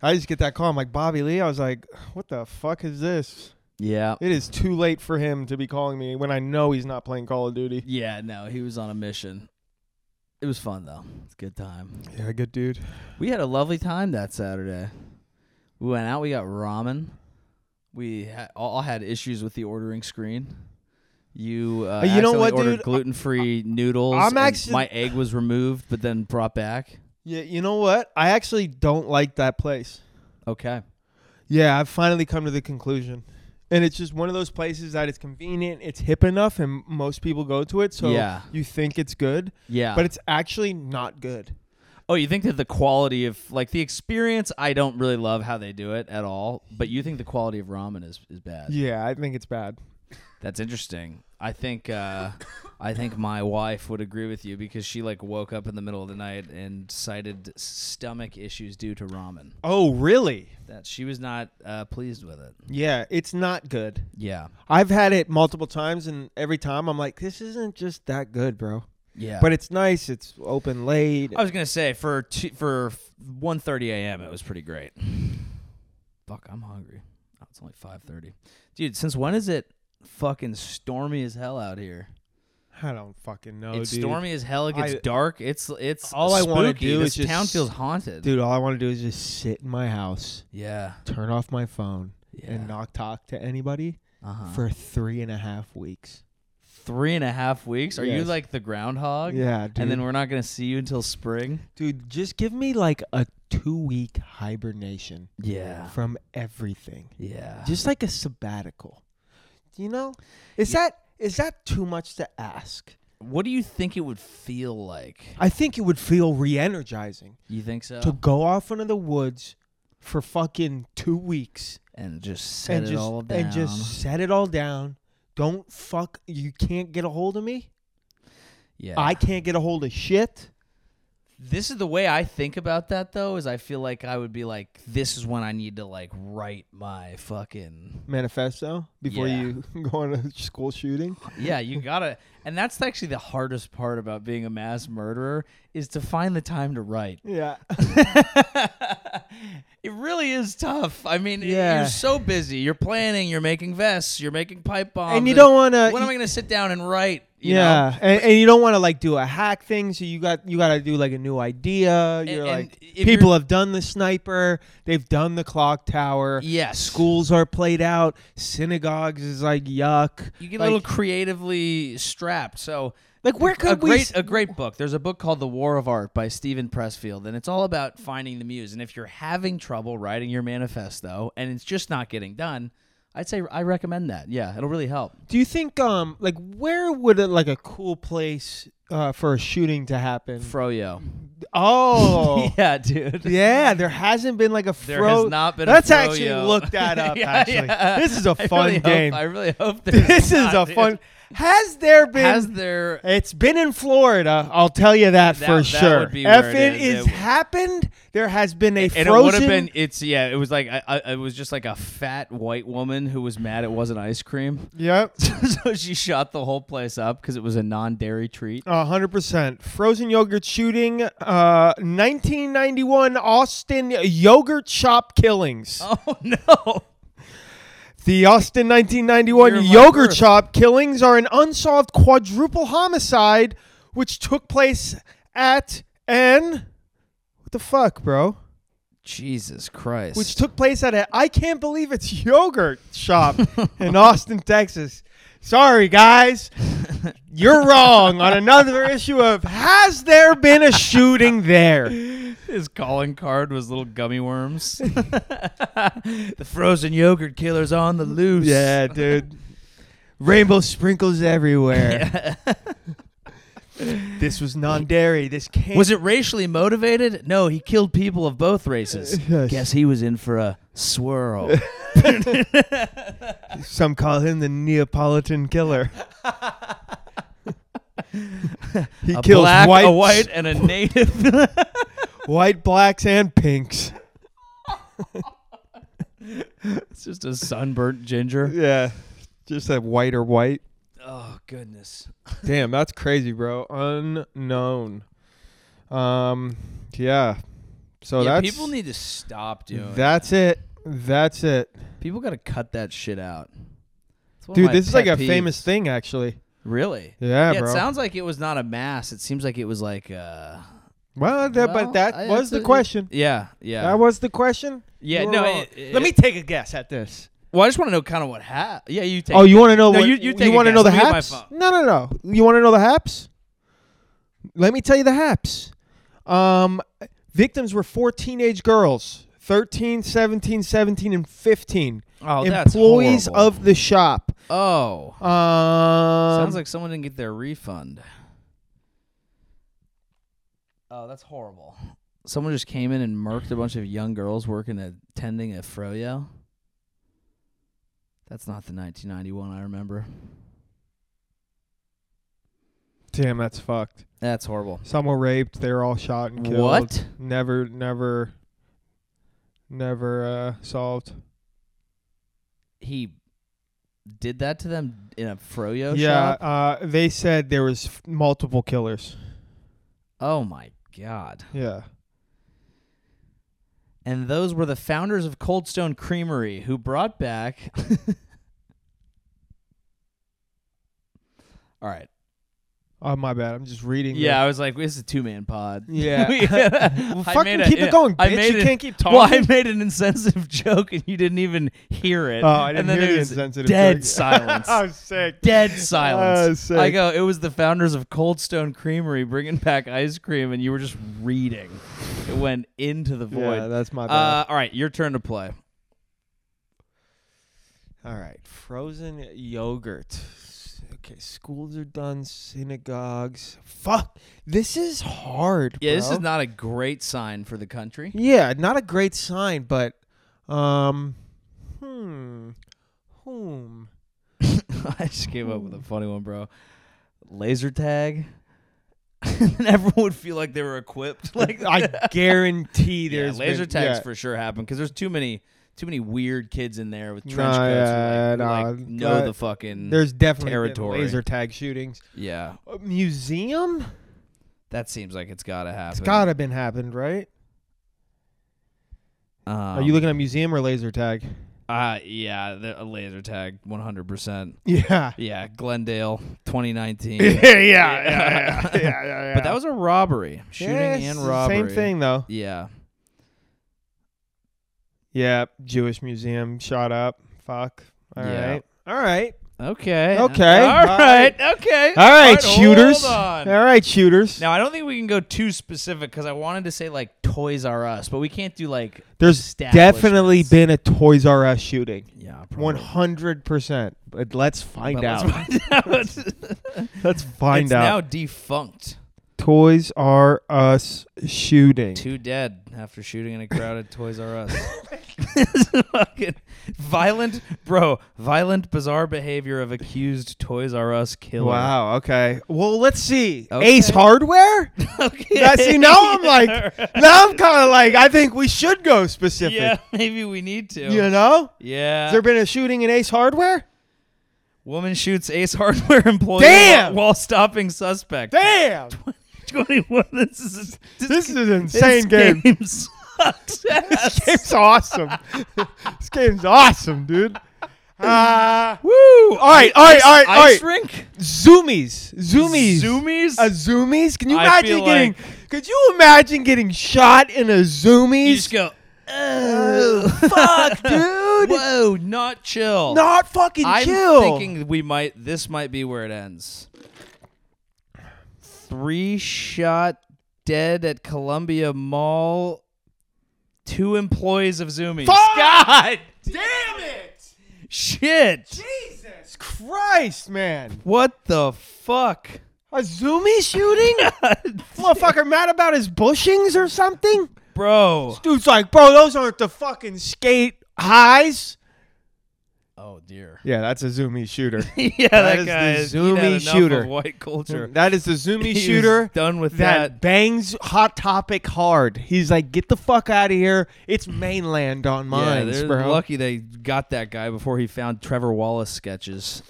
I just get that call. I'm like Bobby Lee. I was like, what the fuck is this? Yeah, It is too late for him to be calling me when I know he's not playing Call of Duty. yeah. No, he was on a mission. It was fun though. It's a good time. Yeah, good dude. We had a lovely time that Saturday. We went out. We got ramen. We ha- all had issues with the ordering screen. You, uh, Hey, you know what, dude? Gluten free noodles. I'm and actually- my egg was removed, but then brought back. Yeah, you know what? I actually don't like that place. Okay. Yeah, I've finally come to the conclusion. And it's just one of those places that it's convenient, it's hip enough, and most people go to it. So Yeah. you think it's good, Yeah. but it's actually not good. oh, you think that the quality of like the experience? I don't really love how they do it at all. But you think the quality of ramen is is bad? Yeah, I think it's bad. That's interesting. I think uh, I think my wife would agree with you because she like woke up in the middle of the night and cited stomach issues due to ramen. Oh, really? That she was not uh, pleased with it. Yeah, it's not good. Yeah, I've had it multiple times, and every time I'm like, this isn't just that good, bro. yeah. But it's nice. It's open late. I was gonna say for two, for one thirty a.m. it was pretty great. Fuck, I'm hungry. Oh, it's only five thirty, dude. Since when is it fucking stormy as hell out here? I don't fucking know, it's Oh, dude. stormy as hell. It gets I- dark. It's it's All I wanna spooky. do This is just- town feels haunted, Dude, all I want to do is just sit in my house, Yeah, turn off my phone, yeah. and not talk to anybody Uh-huh. for three and a half weeks. three and a half weeks. Are you Yes. like the groundhog? Yeah, dude. And then we're not gonna see you until spring. dude, just give me like a two week hibernation Yeah. Uh-huh. from everything. Yeah. Just like a sabbatical. You know? Is that is that too much to ask? What do you think it would feel like? I think it would feel re energizing You think so? to go off into the woods for fucking two weeks and just set and it just all down. and just set it all down. Don't fuck you can't get a hold of me. yeah. I can't get a hold of shit. this is the way I think about that though. Is I feel like I would be like, this is when I need to like write my fucking manifesto before Yeah. you go on a school shooting. yeah, you gotta, and that's actually the hardest part about being a mass murderer is to find the time to write. Yeah. Um, it really is tough. I mean, Yeah. you're so busy. You're planning. You're making vests. You're making pipe bombs. And you don't want When am to I going to sit down and write? You Know? Yeah. And, and you don't want to like do a hack thing, so you got you got to do like a new idea. You're and like if people you're- have done the sniper, they've done the clock tower. Yes. Schools are played out, synagogues is like yuck. You get like, a little creatively strapped. So. like where could a we great s- a great book. There's a book called The War of Art by Stephen Pressfield, and it's all about finding the muse. And if you're having trouble writing your manifesto and it's just not getting done, I'd say I recommend that. Yeah, it'll really help. Do you think um like where would it, like a cool place uh, for a shooting to happen? Froyo. Oh. yeah, dude. Yeah, there hasn't been like a fro. There has not been. Let's a actually froyo. look that up. Yeah, actually, yeah. this is a I fun really hope- game. I really hope there's this is not, a dude. fun. Has there been? Has there? it's been in Florida. I'll tell you that, That- for that sure. would be if where it it is is. It- happened, there has been a And it would frozen. have been. It's yeah. It was like I, I, it was just like a fat white woman who was mad it wasn't ice cream, Yep, so she shot the whole place up because it was a non-dairy treat. a hundred percent. Frozen yogurt shooting. Uh, 1991 Austin yogurt shop killings. Oh no! The Austin 1991 Year of my Yogurt birth. Shop killings are an unsolved quadruple homicide which took place at an. What the fuck, bro? Jesus Christ. Which took place at a. I can't believe it's Yogurt Shop in Austin, Texas. Sorry, guys. You're wrong on another issue of Has There Been a Shooting There? His calling card was little gummy worms. the frozen yogurt killer's on the loose. Yeah, dude. Rainbow sprinkles everywhere. This was non dairy. This can't Was it racially motivated? No, he killed people of both races. Yes. Guess he was in for a swirl. Some call him the Neapolitan killer. he a kills black, whites, a white, and a native. white, blacks, and pinks. it's just a sunburnt ginger. Yeah, just that white or white. Oh goodness. Damn, that's crazy, bro. Unknown. Um, yeah. So yeah, Oh, that's people need to stop doing. that's it. That's it, that. people got to cut that shit out. It's one of dude. my This is like pet a peeves. famous thing, actually. Really? Yeah, it bro. sounds like it was not a mass. It seems like it was like. Uh, well, that, well, but that I- was it's the a- question. Yeah, yeah. That was the question. yeah, You were no. wrong. it- it- Let me take a guess at this. Well, I just want to know kind of what happened. Yeah, you take. oh, you want to know? No, what, you- you take a want to guess. know the Let me get my haps? phone. No, no, no. You want to know the haps? Let me tell you the haps. Um, victims were four teenage girls, 13, 17, 17, and 15. oh, that's employees horrible. of the shop. Oh, Um, sounds like someone didn't get their refund. Oh, that's horrible. Someone just came in and murked a bunch of young girls working at tending a froyo. That's not the 1991 I remember. damn, that's fucked. That's horrible. Some were raped. They were all shot and killed. What? Never, never, never uh, solved. He did that to them in a froyo yeah, shop? uh, they said there was f- multiple killers. Oh my god. Yeah. and those were the founders of Cold Stone Creamery who brought back. All right. Oh my bad. I'm just reading. Yeah, I was like, this is a two man pod. Yeah. We- Well, I fucking made a- keep yeah, it going, bitch. I made you an- can't keep talking. Well, I made an insensitive joke and you didn't even hear it. oh, I didn't and then hear it the was insensitive. dead joke. silence. I was sick. Oh, Dead silence. sick. I go, it was the founders of Cold Stone Creamery bringing back ice cream, and you were just reading. It went into the void. Yeah, that's my bad. uh, all right, your turn to play. All right, frozen yogurt. Okay, schools are done. Synagogues. Fuck. This is hard. Yeah, this bro. is not a great sign for the country. Yeah, not a great sign, but um, hmm, hmm. I just came up with a funny one, bro. Laser tag. and everyone would feel like they were equipped. Like I guarantee yeah, there's laser been, tags yeah. for sure happen because there's too many too many weird kids in there with trench Nah, coats yeah, who like, who, like, nah, know that- the fucking There's definitely been Territory. laser tag shootings. yeah. A museum? That seems like it's gotta happen. It's gotta been happened, right? Um, Are you looking at museum or laser tag? Uh, yeah, the, a laser tag, one hundred percent. Yeah. Yeah, Glendale, twenty nineteen. yeah, yeah, yeah, yeah, yeah, yeah. But that was a robbery, shooting Yes, it's and the robbery. Same thing though. Yeah. Yeah, Jewish museum shot up. Fuck. All right. Yeah. All right. Okay. Okay. All All right. Okay. All right, hold shooters. on. All right, shooters. Now I don't think we can go too specific because I wanted to say like Toys R Us, but we can't do like. There's definitely establishments. been a Toys R Us shooting. Yeah. One hundred percent. But let's find out. Let's, Find out. find it's out. now defunct. Toys R Us shooting. Two dead after shooting in a crowd at Toys R Us. It's fucking violent, bro. Violent, bizarre behavior of accused Toys R Us killer. Wow. Okay. Well, let's see. Okay. Ace Hardware. Okay. Now, see, now I'm like, now I'm kind of like, I think we should go specific. yeah, maybe we need to. You know, Yeah. has there been a shooting in Ace Hardware? Woman shoots Ace Hardware employee Damn! while, while stopping suspect. Damn, 21. This is this, this is an this insane game. sucks. This game's awesome. this game's awesome, dude. Ah, Woo! All right, all right, all right, all right. Ice rink, zoomies, zoomies, zoomies. a zoomies. Can you I imagine feel getting? could you imagine getting shot in a you zoomies? just go. Oh, fuck, dude. Whoa, not chill. Not fucking I'm chill. thinking we might. This might be where it ends. Three shot dead at Columbia Mall. Two employees of Zoomies. Fuck! God Damn it! shit! Jesus Christ, man. What the fuck? A zoomie shooting? Motherfucker mad about his bushings or something? Bro. Dude's like, bro, those aren't the fucking skate highs. Oh dear. Yeah, that's a zoomie shooter. yeah, That that, is the guy is Zoomies shooter. white culture. that is the zoomie He is shooter done with that, that. bangs Hot Topic hard. He's like, get the fuck out of here. It's mainland on Yeah, mine, they're bro. lucky they got that guy before he found Trevor Wallace sketches.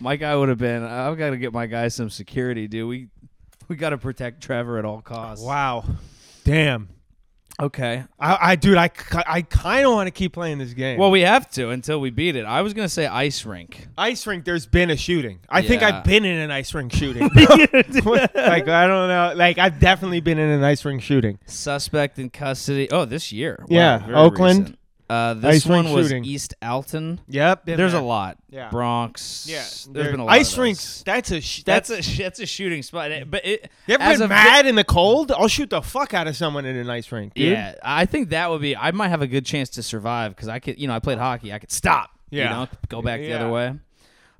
my guy would have been. I've got to get my guy some security, dude. We we got to protect Trevor at all costs. Wow. Damn. Okay. I, I dude, I, ki- I kind of want to keep playing this game. Well, we have to until we beat it. I was gonna say ice rink. ice rink there's been a shooting i think Yeah. i've been in an ice rink shooting like i don't know like i've definitely been in an ice rink shooting Suspect in custody. Oh, this year. Wow, Yeah, very Oakland. recent. Uh, this Ice rink one was shooting. East Alton. yep There's a lot. Yeah. Bronx. yeah There's there- been a lot. ice of those. rinks that's a sh- That's that's, a that's a shooting spot. But it, you ever as been of- mad in the cold i'll shoot the fuck out of someone in an ice rink dude. Yeah, I think that would be. I might have a good chance to survive because I could. You know, I played hockey. I could stop. Yeah. You know, go back the Yeah. other way.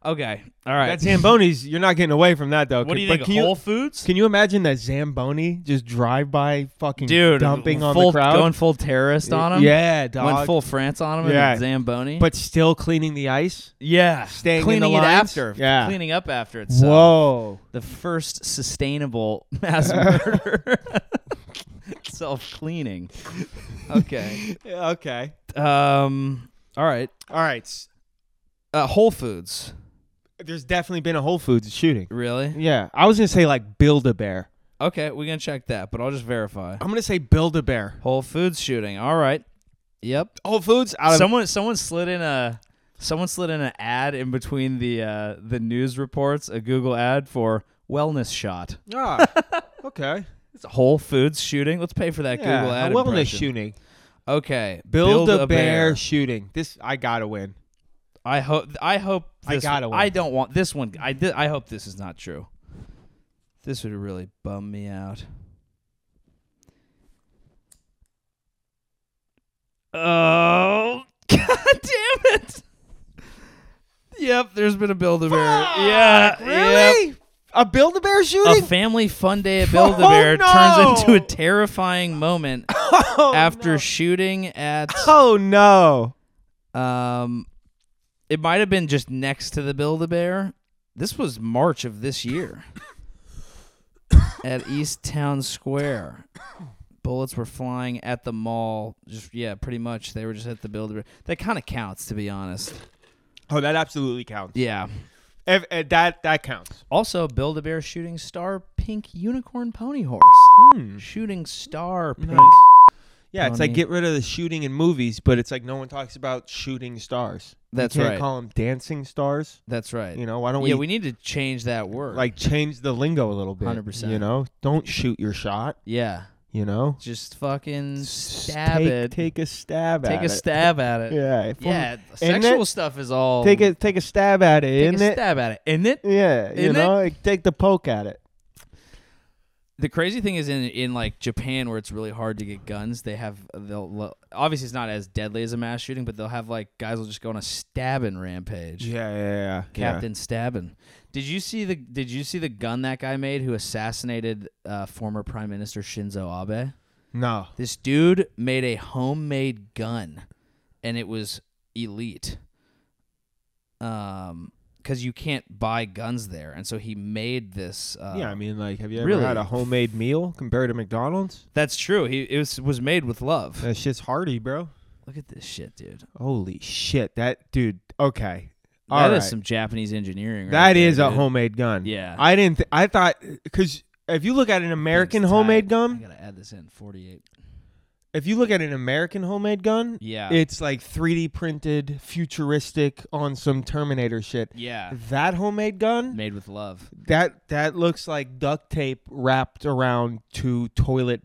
Okay. All right. that zamboni's you're not getting away from that though what do you but think? can Whole you, Foods, can you imagine that zamboni just drive by fucking dude, dumping on full, the crowd going full terrorist on him. yeah Went dog full France on him Yeah. and Zamboni. but still cleaning the ice yeah, staying in cleaning the it lines? after. Yeah. Cleaning up after itself. whoa The first sustainable mass murder. Self cleaning. Okay. okay Um. All right. all right Uh, Whole Foods. There's definitely been a Whole Foods shooting. Really? Yeah, I was gonna say like Build a Bear. Okay, we're gonna check that, but I'll just verify. I'm gonna say Build a Bear. Whole Foods shooting. All right. Yep. Whole Foods out of someone someone slid in a someone slid in an ad in between the uh, the news reports, a Google ad for wellness shot. ah, okay. It's Whole Foods shooting. Let's pay for that Yeah, Google ad. a wellness impression. shooting. Okay. Build, a, bear. Bear. shooting. This I gotta win. I hope. I hope. I This, gotta win. I don't want this one. I did. I hope this is not true. This would really bum me out. Oh God damn it! Yep, there's been a build a bear. Yeah, Fuck, yep. Ah, really? A Build a Bear A shooting? family fun day at Build a Bear no. turns into a terrifying moment oh, after no. shooting at oh no! Oh. um, it might have been just next to the Build a Bear. This was March of this year at East Town Square. Bullets were flying at the mall. Just yeah, pretty much they were just at the Build a Bear. That kind of counts, to be honest. Oh, that absolutely counts. Yeah. If, eh, that that counts. Also, Build a Bear shooting star pink unicorn pony horse. Shooting star pink. Nice. Yeah, it's like Hmm. Funny. get rid of the shooting in movies, but it's like no one talks about shooting stars. That's you can't right. Call them dancing stars. That's right. You know why don't yeah, we need to change that word. like change the lingo a little bit. 100%. You know, don't shoot your shot. yeah, You know, just fucking S- stab take, it. Take a stab take at a it. stab at it. Yeah. if I'm- Yeah, Isn't sexual it? stuff is all. Take a take a stab at it. take a isn't it? stab at it, isn't it? Yeah. you Isn't it? know, like, take the poke at it. The crazy thing is in in like Japan where it's really hard to get guns. They have they'll lo- obviously it's not as deadly as a mass shooting, but they'll have like guys will just go on a stabbing rampage. Yeah, yeah, yeah. Captain Stabbin. Did you see the Did you see the gun that guy made who assassinated uh, former Prime Minister Shinzo Abe? No. This dude made a homemade gun, and it was elite. Um, because you can't buy guns there, and so he made this. Uh, yeah, I mean, like, have you ever really? had a homemade meal compared to McDonald's? that's true. He it was was made with love. That shit's hearty, bro. Look at this shit, dude. Holy shit, that dude. Okay. That All is right. some Japanese engineering. Right That there, is a dude. homemade gun. Yeah. I didn't. Th- I thought because if you look at an American Thing's homemade tight. gun, I gotta add this in. Forty-eight. if you look at an American homemade gun, Yeah. it's like 3D printed, futuristic on some Terminator shit. yeah. That homemade gun, Made with love. that that looks like duct tape wrapped around two toilet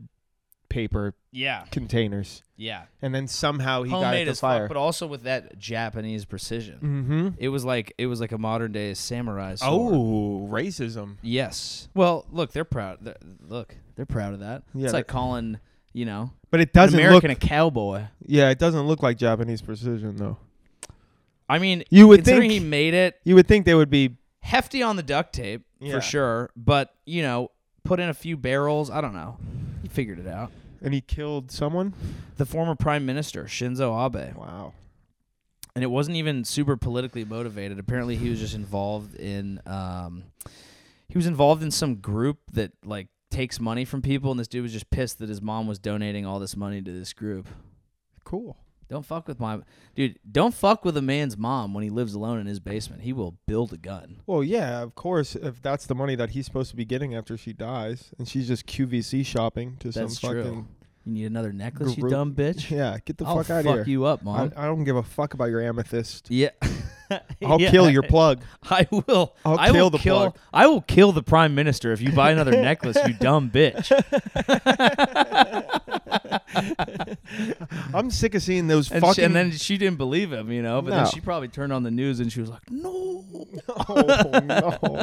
paper Yeah. containers, Yeah. and then somehow he got it Homemade to as fuck, fire. but also with that Japanese precision. mm-hmm. It was like it was like a modern day samurai. sword. Oh, racism. Yes. Well, look, they're proud. They're, look, they're proud of that. Yeah, it's like calling, you know, But it an doesn't American look. a cowboy. Yeah, it doesn't look like Japanese precision though. I mean, You would considering think- he made it You would think they would be. hefty on the duct tape Yeah. for sure, but you know, put in a few barrels. I don't know. He figured it out. And he killed someone. The former prime minister Shinzo Abe, Wow. and it wasn't even super politically motivated. Apparently, he was just involved in. Um, he was involved in some group that like takes money from people, and this dude was just pissed that his mom was donating all this money to this group. Cool. Don't fuck with my dude. Don't fuck with a man's mom when he lives alone in his basement. He will build a gun. Well, yeah, of course. If that's the money that he's supposed to be getting after she dies, and she's just QVC shopping to That's some true. fucking You need another necklace, you Group- dumb bitch. yeah, get the I'll fuck out of here. you up, I, mom. I don't give a fuck about your amethyst. yeah. I'll Yeah. kill your plug. I will. I'll I will kill the kill. plug. I will kill the prime minister if you buy another necklace, you dumb bitch. I'm sick of seeing those And, fucking. she, and then she didn't believe him, you know. But No. then she probably turned on the news and she was like, "No, oh no,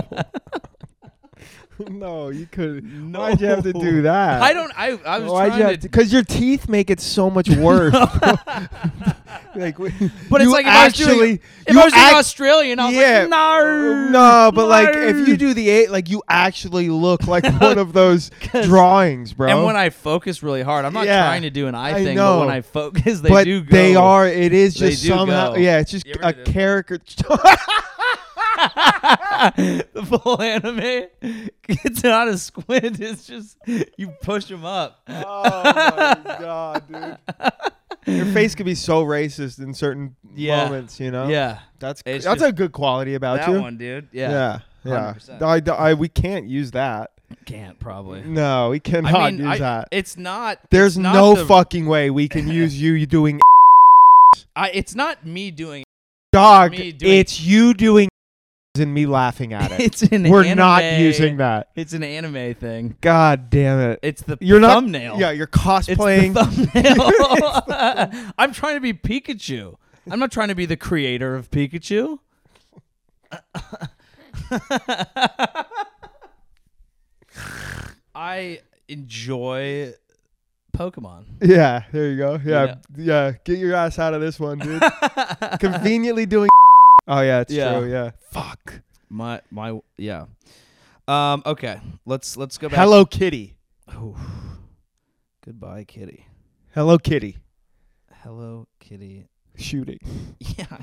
no, you could. no." Why'd you have to do that? I don't. I. I was Uh, Why'd you trying have to? Because your teeth make it so much worse. like, but But it's like if I was doing- actually, If you I was act- an Australian, I was yeah, like, "No, no, but like if you no." do the eight, like you actually look like one of those drawings, bro. And when I focus really hard, I'm not Yeah. trying to do an eye I thing, know. but when I focus, they but do go. they are. It is They just do somehow. go. Yeah, it's just You ever a do- caricature. the full anime. It's not a squint. It's just you push them up. oh my god, dude! Your face could be so racist in certain Yeah. moments. You know. Yeah, That's It's that's just- a good quality about that you. one, dude. Yeah, Yeah. Yeah. 100%. I, I, we can't use that. can't probably. No, we cannot I mean, use I- that. it's not. There's not no the- fucking way we can use you doing I, it's not me doing. dog. me doing- it's you doing and me laughing at It. it. It's an. We're anime, not using that. It's an anime thing. God damn it. It's the You're not thumbnail. Yeah, you're It's cosplaying. the thumbnail. I'm trying to be Pikachu. I'm not trying to be the creator of Pikachu. I enjoy Pokemon. yeah, there you go. Yeah, yeah. Get your ass out of this one, dude. Conveniently doing. Oh yeah, it's Yeah. true. Yeah. Fuck. My my yeah. Um okay, let's let's go back. Hello Kitty. Ooh. Goodbye kitty. Hello Kitty. Hello kitty. Shooting. Yeah.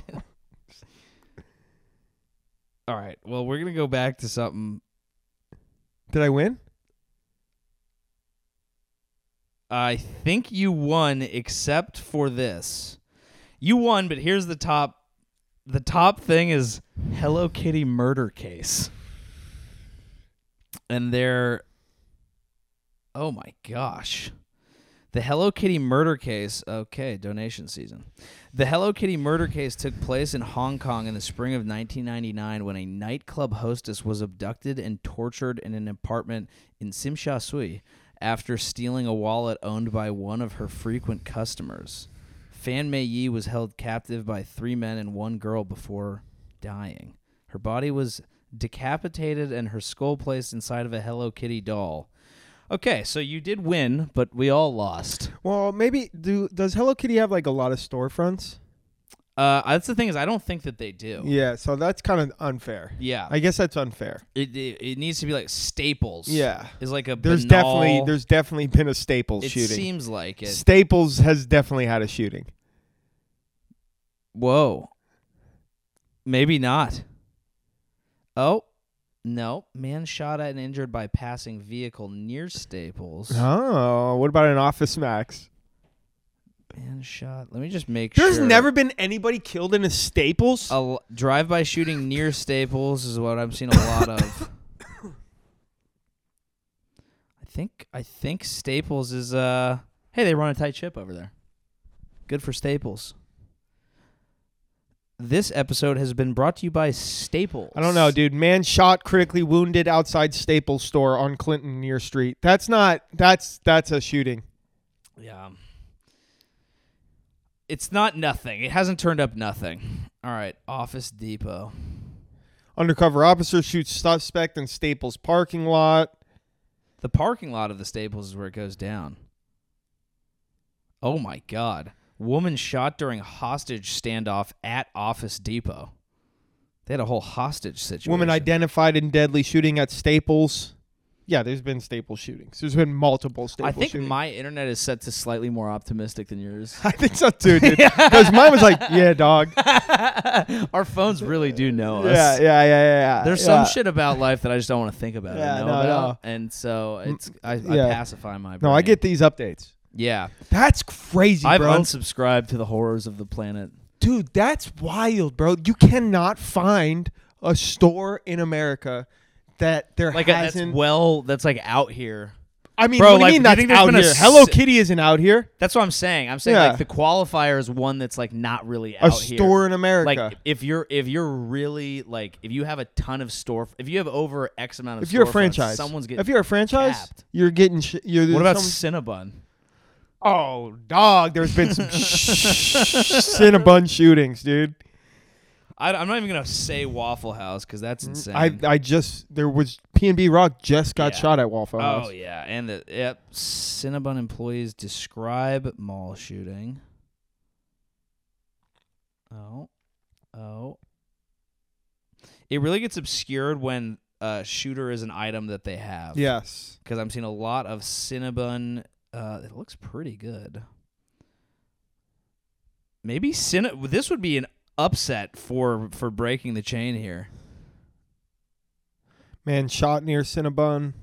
All right. Well, we're going to go back to something Did I win? I think you won except for this. You won, but here's the top the top thing is Hello Kitty murder case. And they're Oh my gosh. The Hello Kitty murder case, okay, donation season. The Hello Kitty murder case took place in Hong Kong in the spring of 1999 when a nightclub hostess was abducted and tortured in an apartment in Sim Sha Tsui after stealing a wallet owned by one of her frequent customers. Fan Mei Yi was held captive by three men and one girl before dying. Her body was decapitated and her skull placed inside of a Hello Kitty doll. Okay, so you did win, but we all lost. Well, maybe do does Hello Kitty have like a lot of storefronts? Uh, that's the thing is, I don't think that they do. Yeah, so that's kind of unfair. Yeah, I guess that's unfair. it, it, it needs to be like Staples. Yeah. is like a There's banal- definitely there's definitely been a Staples it shooting. seems like it. Staples has definitely had a shooting. Whoa, maybe not. Oh no, man shot at and injured by passing vehicle near Staples. Oh, what about an Office Max? Man shot. Let me just make There's sure. never been anybody killed in a Staples. a l- drive-by shooting near Staples is what I'm seeing a lot of. I think I think Staples is uh Hey, they run a tight ship over there. Good for Staples. This episode has been brought to you by Staples. I don't know, dude. Man shot critically wounded outside Staples store on Clinton near street. That's not that's that's a shooting. Yeah. It's not nothing. It hasn't turned up nothing. All right, Office Depot. Undercover officer shoots suspect in Staples parking lot. The parking lot of the Staples is where it goes down. Oh my god. Woman shot during hostage standoff at Office Depot. They had a whole hostage situation. Woman identified in deadly shooting at Staples. Yeah, there's been Staples shootings. There's been multiple Staples I think shootings. my internet is set to slightly more optimistic than yours. I think so too, dude. Because mine was like, yeah, dog. Our phones really do know us. Yeah, yeah, yeah, yeah. yeah. There's yeah. some shit about life that I just don't want to think about. Yeah, Yeah, know no, about. And so it's I, I yeah. pacify my. No, I brain. get these updates. Yeah, That's crazy, I've bro. unsubscribed to the horrors of the planet. dude, that's wild, bro. You cannot find a store in America that there Like a, that's hasn't. well, that's like out here. I mean, Bro, what do like, you mean do you that's think there's out been a here? Hello s- Kitty isn't out here. That's what I'm saying. I'm saying Yeah. like the qualifier is one that's like not really A out here. store in America. Like if you're if you're really like if you have a ton of store if you have over X amount of if you're a storefronts, franchise, someone's getting if you're a franchise, capped. you're getting. Sh- you're What about some- Cinnabon? Oh, dog. There's been some sh- Cinnabon shootings, dude. I, I'm not even gonna say Waffle House because that's insane. Mm, I I just there was P and B Rock just got Yeah. shot at Waffle House. Oh yeah, and the yep. Cinnabon employees describe mall shooting. Oh, oh. It really gets obscured when uh, shooter is an item that they have. Yes. because I'm seeing a lot of Cinnabon. Uh, it looks pretty good. Maybe Cinna. This would be an upset for for breaking the chain here. Man shot near Cinnabon.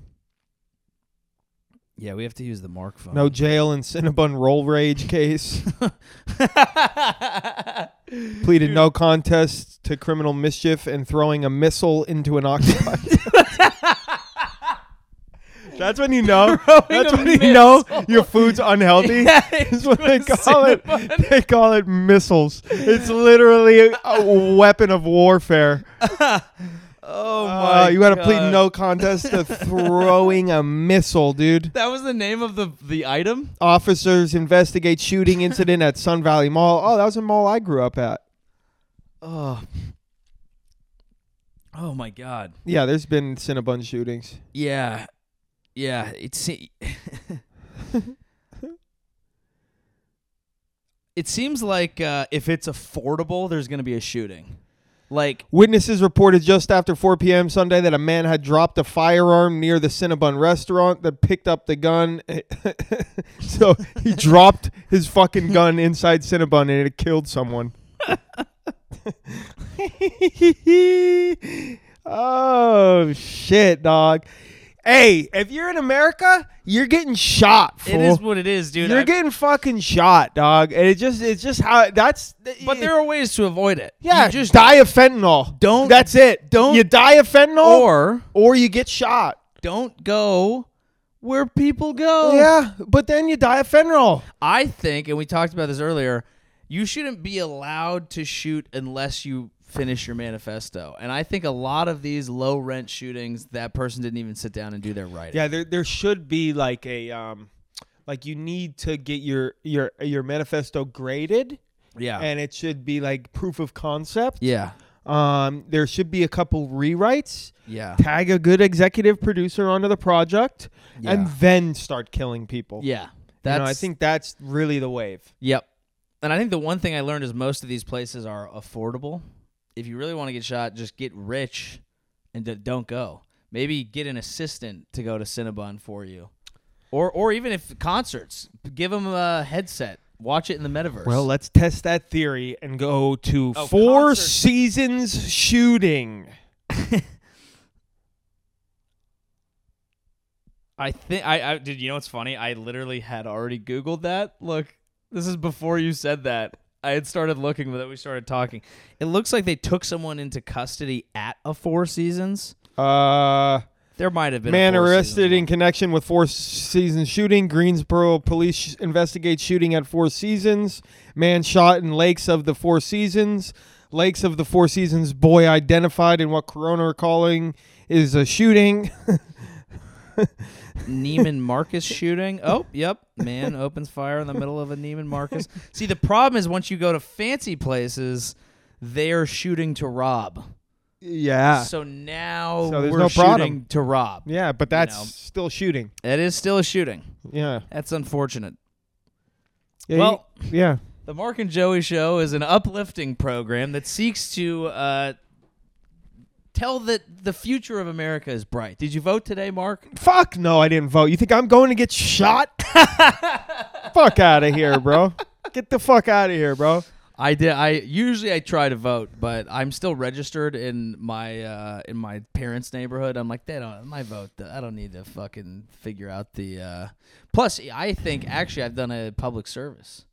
Yeah, we have to use the mark phone. No jail in Cinnabon roll rage case. Pleaded no contest to criminal mischief and throwing a missile into an octopi. That's when you know. That's a when you know missile. your food's unhealthy. That's what they call it. They call it missiles. It's literally a weapon of warfare. Oh Uh, my! you got to God. plead no contest to throwing a missile, dude. That was the name of the the item. Officers investigate shooting incident at Sun Valley Mall. Oh, that was a mall I grew up at. Oh. Oh my God. Yeah, there's been Cinnabon shootings. Yeah, yeah. It se- It seems like uh, if it's affordable, there's going to be a shooting. Like Witnesses reported just after 4 p.m. Sunday that a man had dropped a firearm near the Cinnabon restaurant that picked up the gun. so he dropped his fucking gun inside Cinnabon and it killed someone. oh, shit, dog. Hey, if you're in America, you're getting shot. Fool. it is what it is, dude. You're I- getting fucking shot, dog. And it just it's just how that's but there are ways to avoid it. yeah, you just die of fentanyl. Don't- That's it. don't- you die of fentanyl or, or you get shot. don't go where people go. Yeah, but then you die of fentanyl. I think, and we talked about this earlier, you shouldn't be allowed to shoot unless you finish your manifesto. And I think a lot of these low rent shootings, that person didn't even sit down and do their writing. Yeah, there there should be like a um like you need to get your your your manifesto graded Yeah. and it should be like proof of concept. yeah. Um there should be a couple rewrites. Yeah. Tag a good executive producer onto the project and Yeah. then start killing people. Yeah. You That's, know, I think that's really the wave. Yep. And I think the one thing I learned is most of these places are affordable. If you really want to get shot, just get rich and d- don't go. Maybe get an assistant to go to Cinnabon for you. Or or even if concerts, give them a headset. Watch it in the metaverse. Well, let's test that theory and go to Oh, Four concert. Seasons Shooting. I think I, I did. You know what's funny? I literally had already Googled that. Look, this is before you said that. I had started looking, but then we started talking. It looks like they took someone into custody at a Four Seasons Uh, There might have been a Man Four Seasons arrested in one. connection with Four Seasons shooting. Greensboro police sh- investigate shooting at Four Seasons. Man shot in Lakes of the Four Seasons. Lakes of the Four Seasons boy identified in what Corona are calling is a shooting. Neiman Marcus shooting. Oh, yep. Man opens fire in the middle of a Neiman Marcus. See, the problem is once you go to fancy places, they're shooting to rob. yeah. So now So there's we're no shooting problem. to rob. yeah, but that's You know. still shooting. That is still a shooting. Yeah. That's unfortunate. Yeah, Well, you- yeah. the Mark and Joey Show is an uplifting program that seeks to uh, tell that the future of America is bright. Did you vote today, Mark? Fuck no, I didn't vote. You think I'm going to get shot? fuck out of here, bro. Get the fuck out of here, bro. I did. I usually I try to vote, but I'm still registered in my uh, in my parents' neighborhood. I'm like, they don't. My vote. I don't need to fucking figure out the. Uh... Plus, I think actually I've done a public service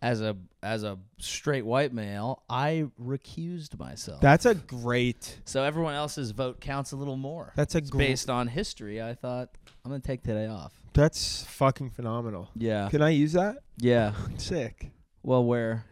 as a as a straight white male. I recused myself. That's a great. so everyone else's vote counts a little more. That's a It's gr- based on history. I thought I'm gonna take today off. That's fucking phenomenal. Yeah. Can I use that? Yeah. Sick. Well, where?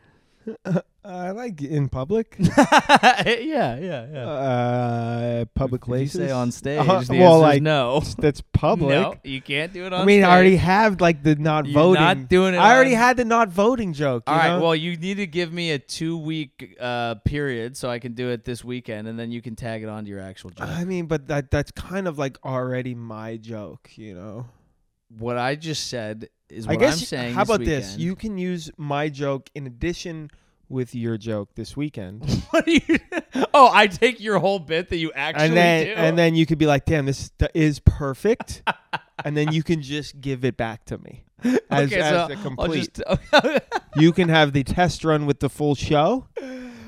I like in public, yeah. Yeah. Yeah. uh, public If places. you say on stage, Uh-huh. the well, answer like is no. that's public. No, you can't do it on I mean, stage. I already have like the not You're voting. not doing it I already on- had the not voting joke. All right. Well, you need to give me a two-week uh, period so I can do it this weekend, and then you can tag it on to your actual job. I mean, but that that's kind of like already my joke, you know. what I just said is I what guess. I'm saying. how this about this? weekend. You can use my joke in addition with your joke this weekend, What do you? Oh, I take your whole bit that you actually and then do. and then you could be like, "Damn, this th- is perfect," and then you can just give it back to me as, okay, as so a I'll complete. just- you can have the test run with the full show,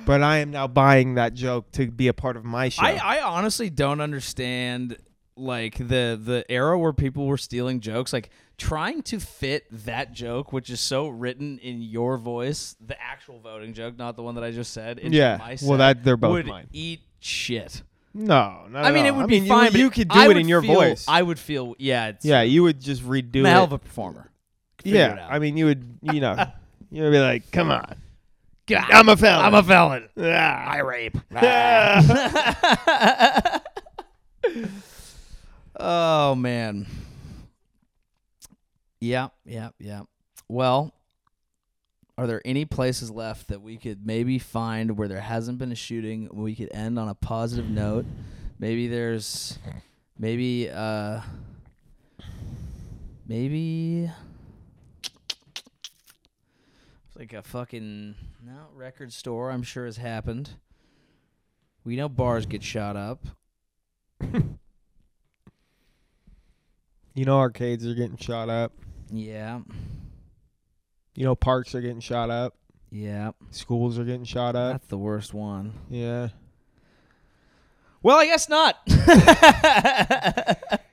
but I am now buying that joke to be a part of my show. I, uh, I honestly don't understand like the the era where people were stealing jokes like trying to fit that joke which is so written in your voice the actual voting joke not the one that i just said into Yeah, my well, set, that- they're both would mine. eat shit no, not i at mean it all. would be you- fine You, but could do I it would in your feel- voice. i would feel yeah it's yeah, you would just redo i'm a hell of it. a performer Figure yeah, it out. I mean, you would, you know, you would be like, "Come on, God, I'm a felon. i'm a felon Ah. i rape Ah. oh man. Yeah, yeah, yeah. Well, are there any places left that we could maybe find where there hasn't been a shooting? We could end on a positive note. Maybe there's, maybe, uh, maybe like a fucking no record store. I'm sure has happened. We know bars get shot up. You know, arcades are getting shot up. Yeah. You know, parks are getting shot up. Yeah. Schools are getting shot up. That's the worst one. Yeah. Well, I guess not.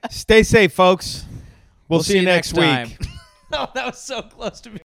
Stay safe, folks. We'll, see, you next, week. time. oh, that was so close to me.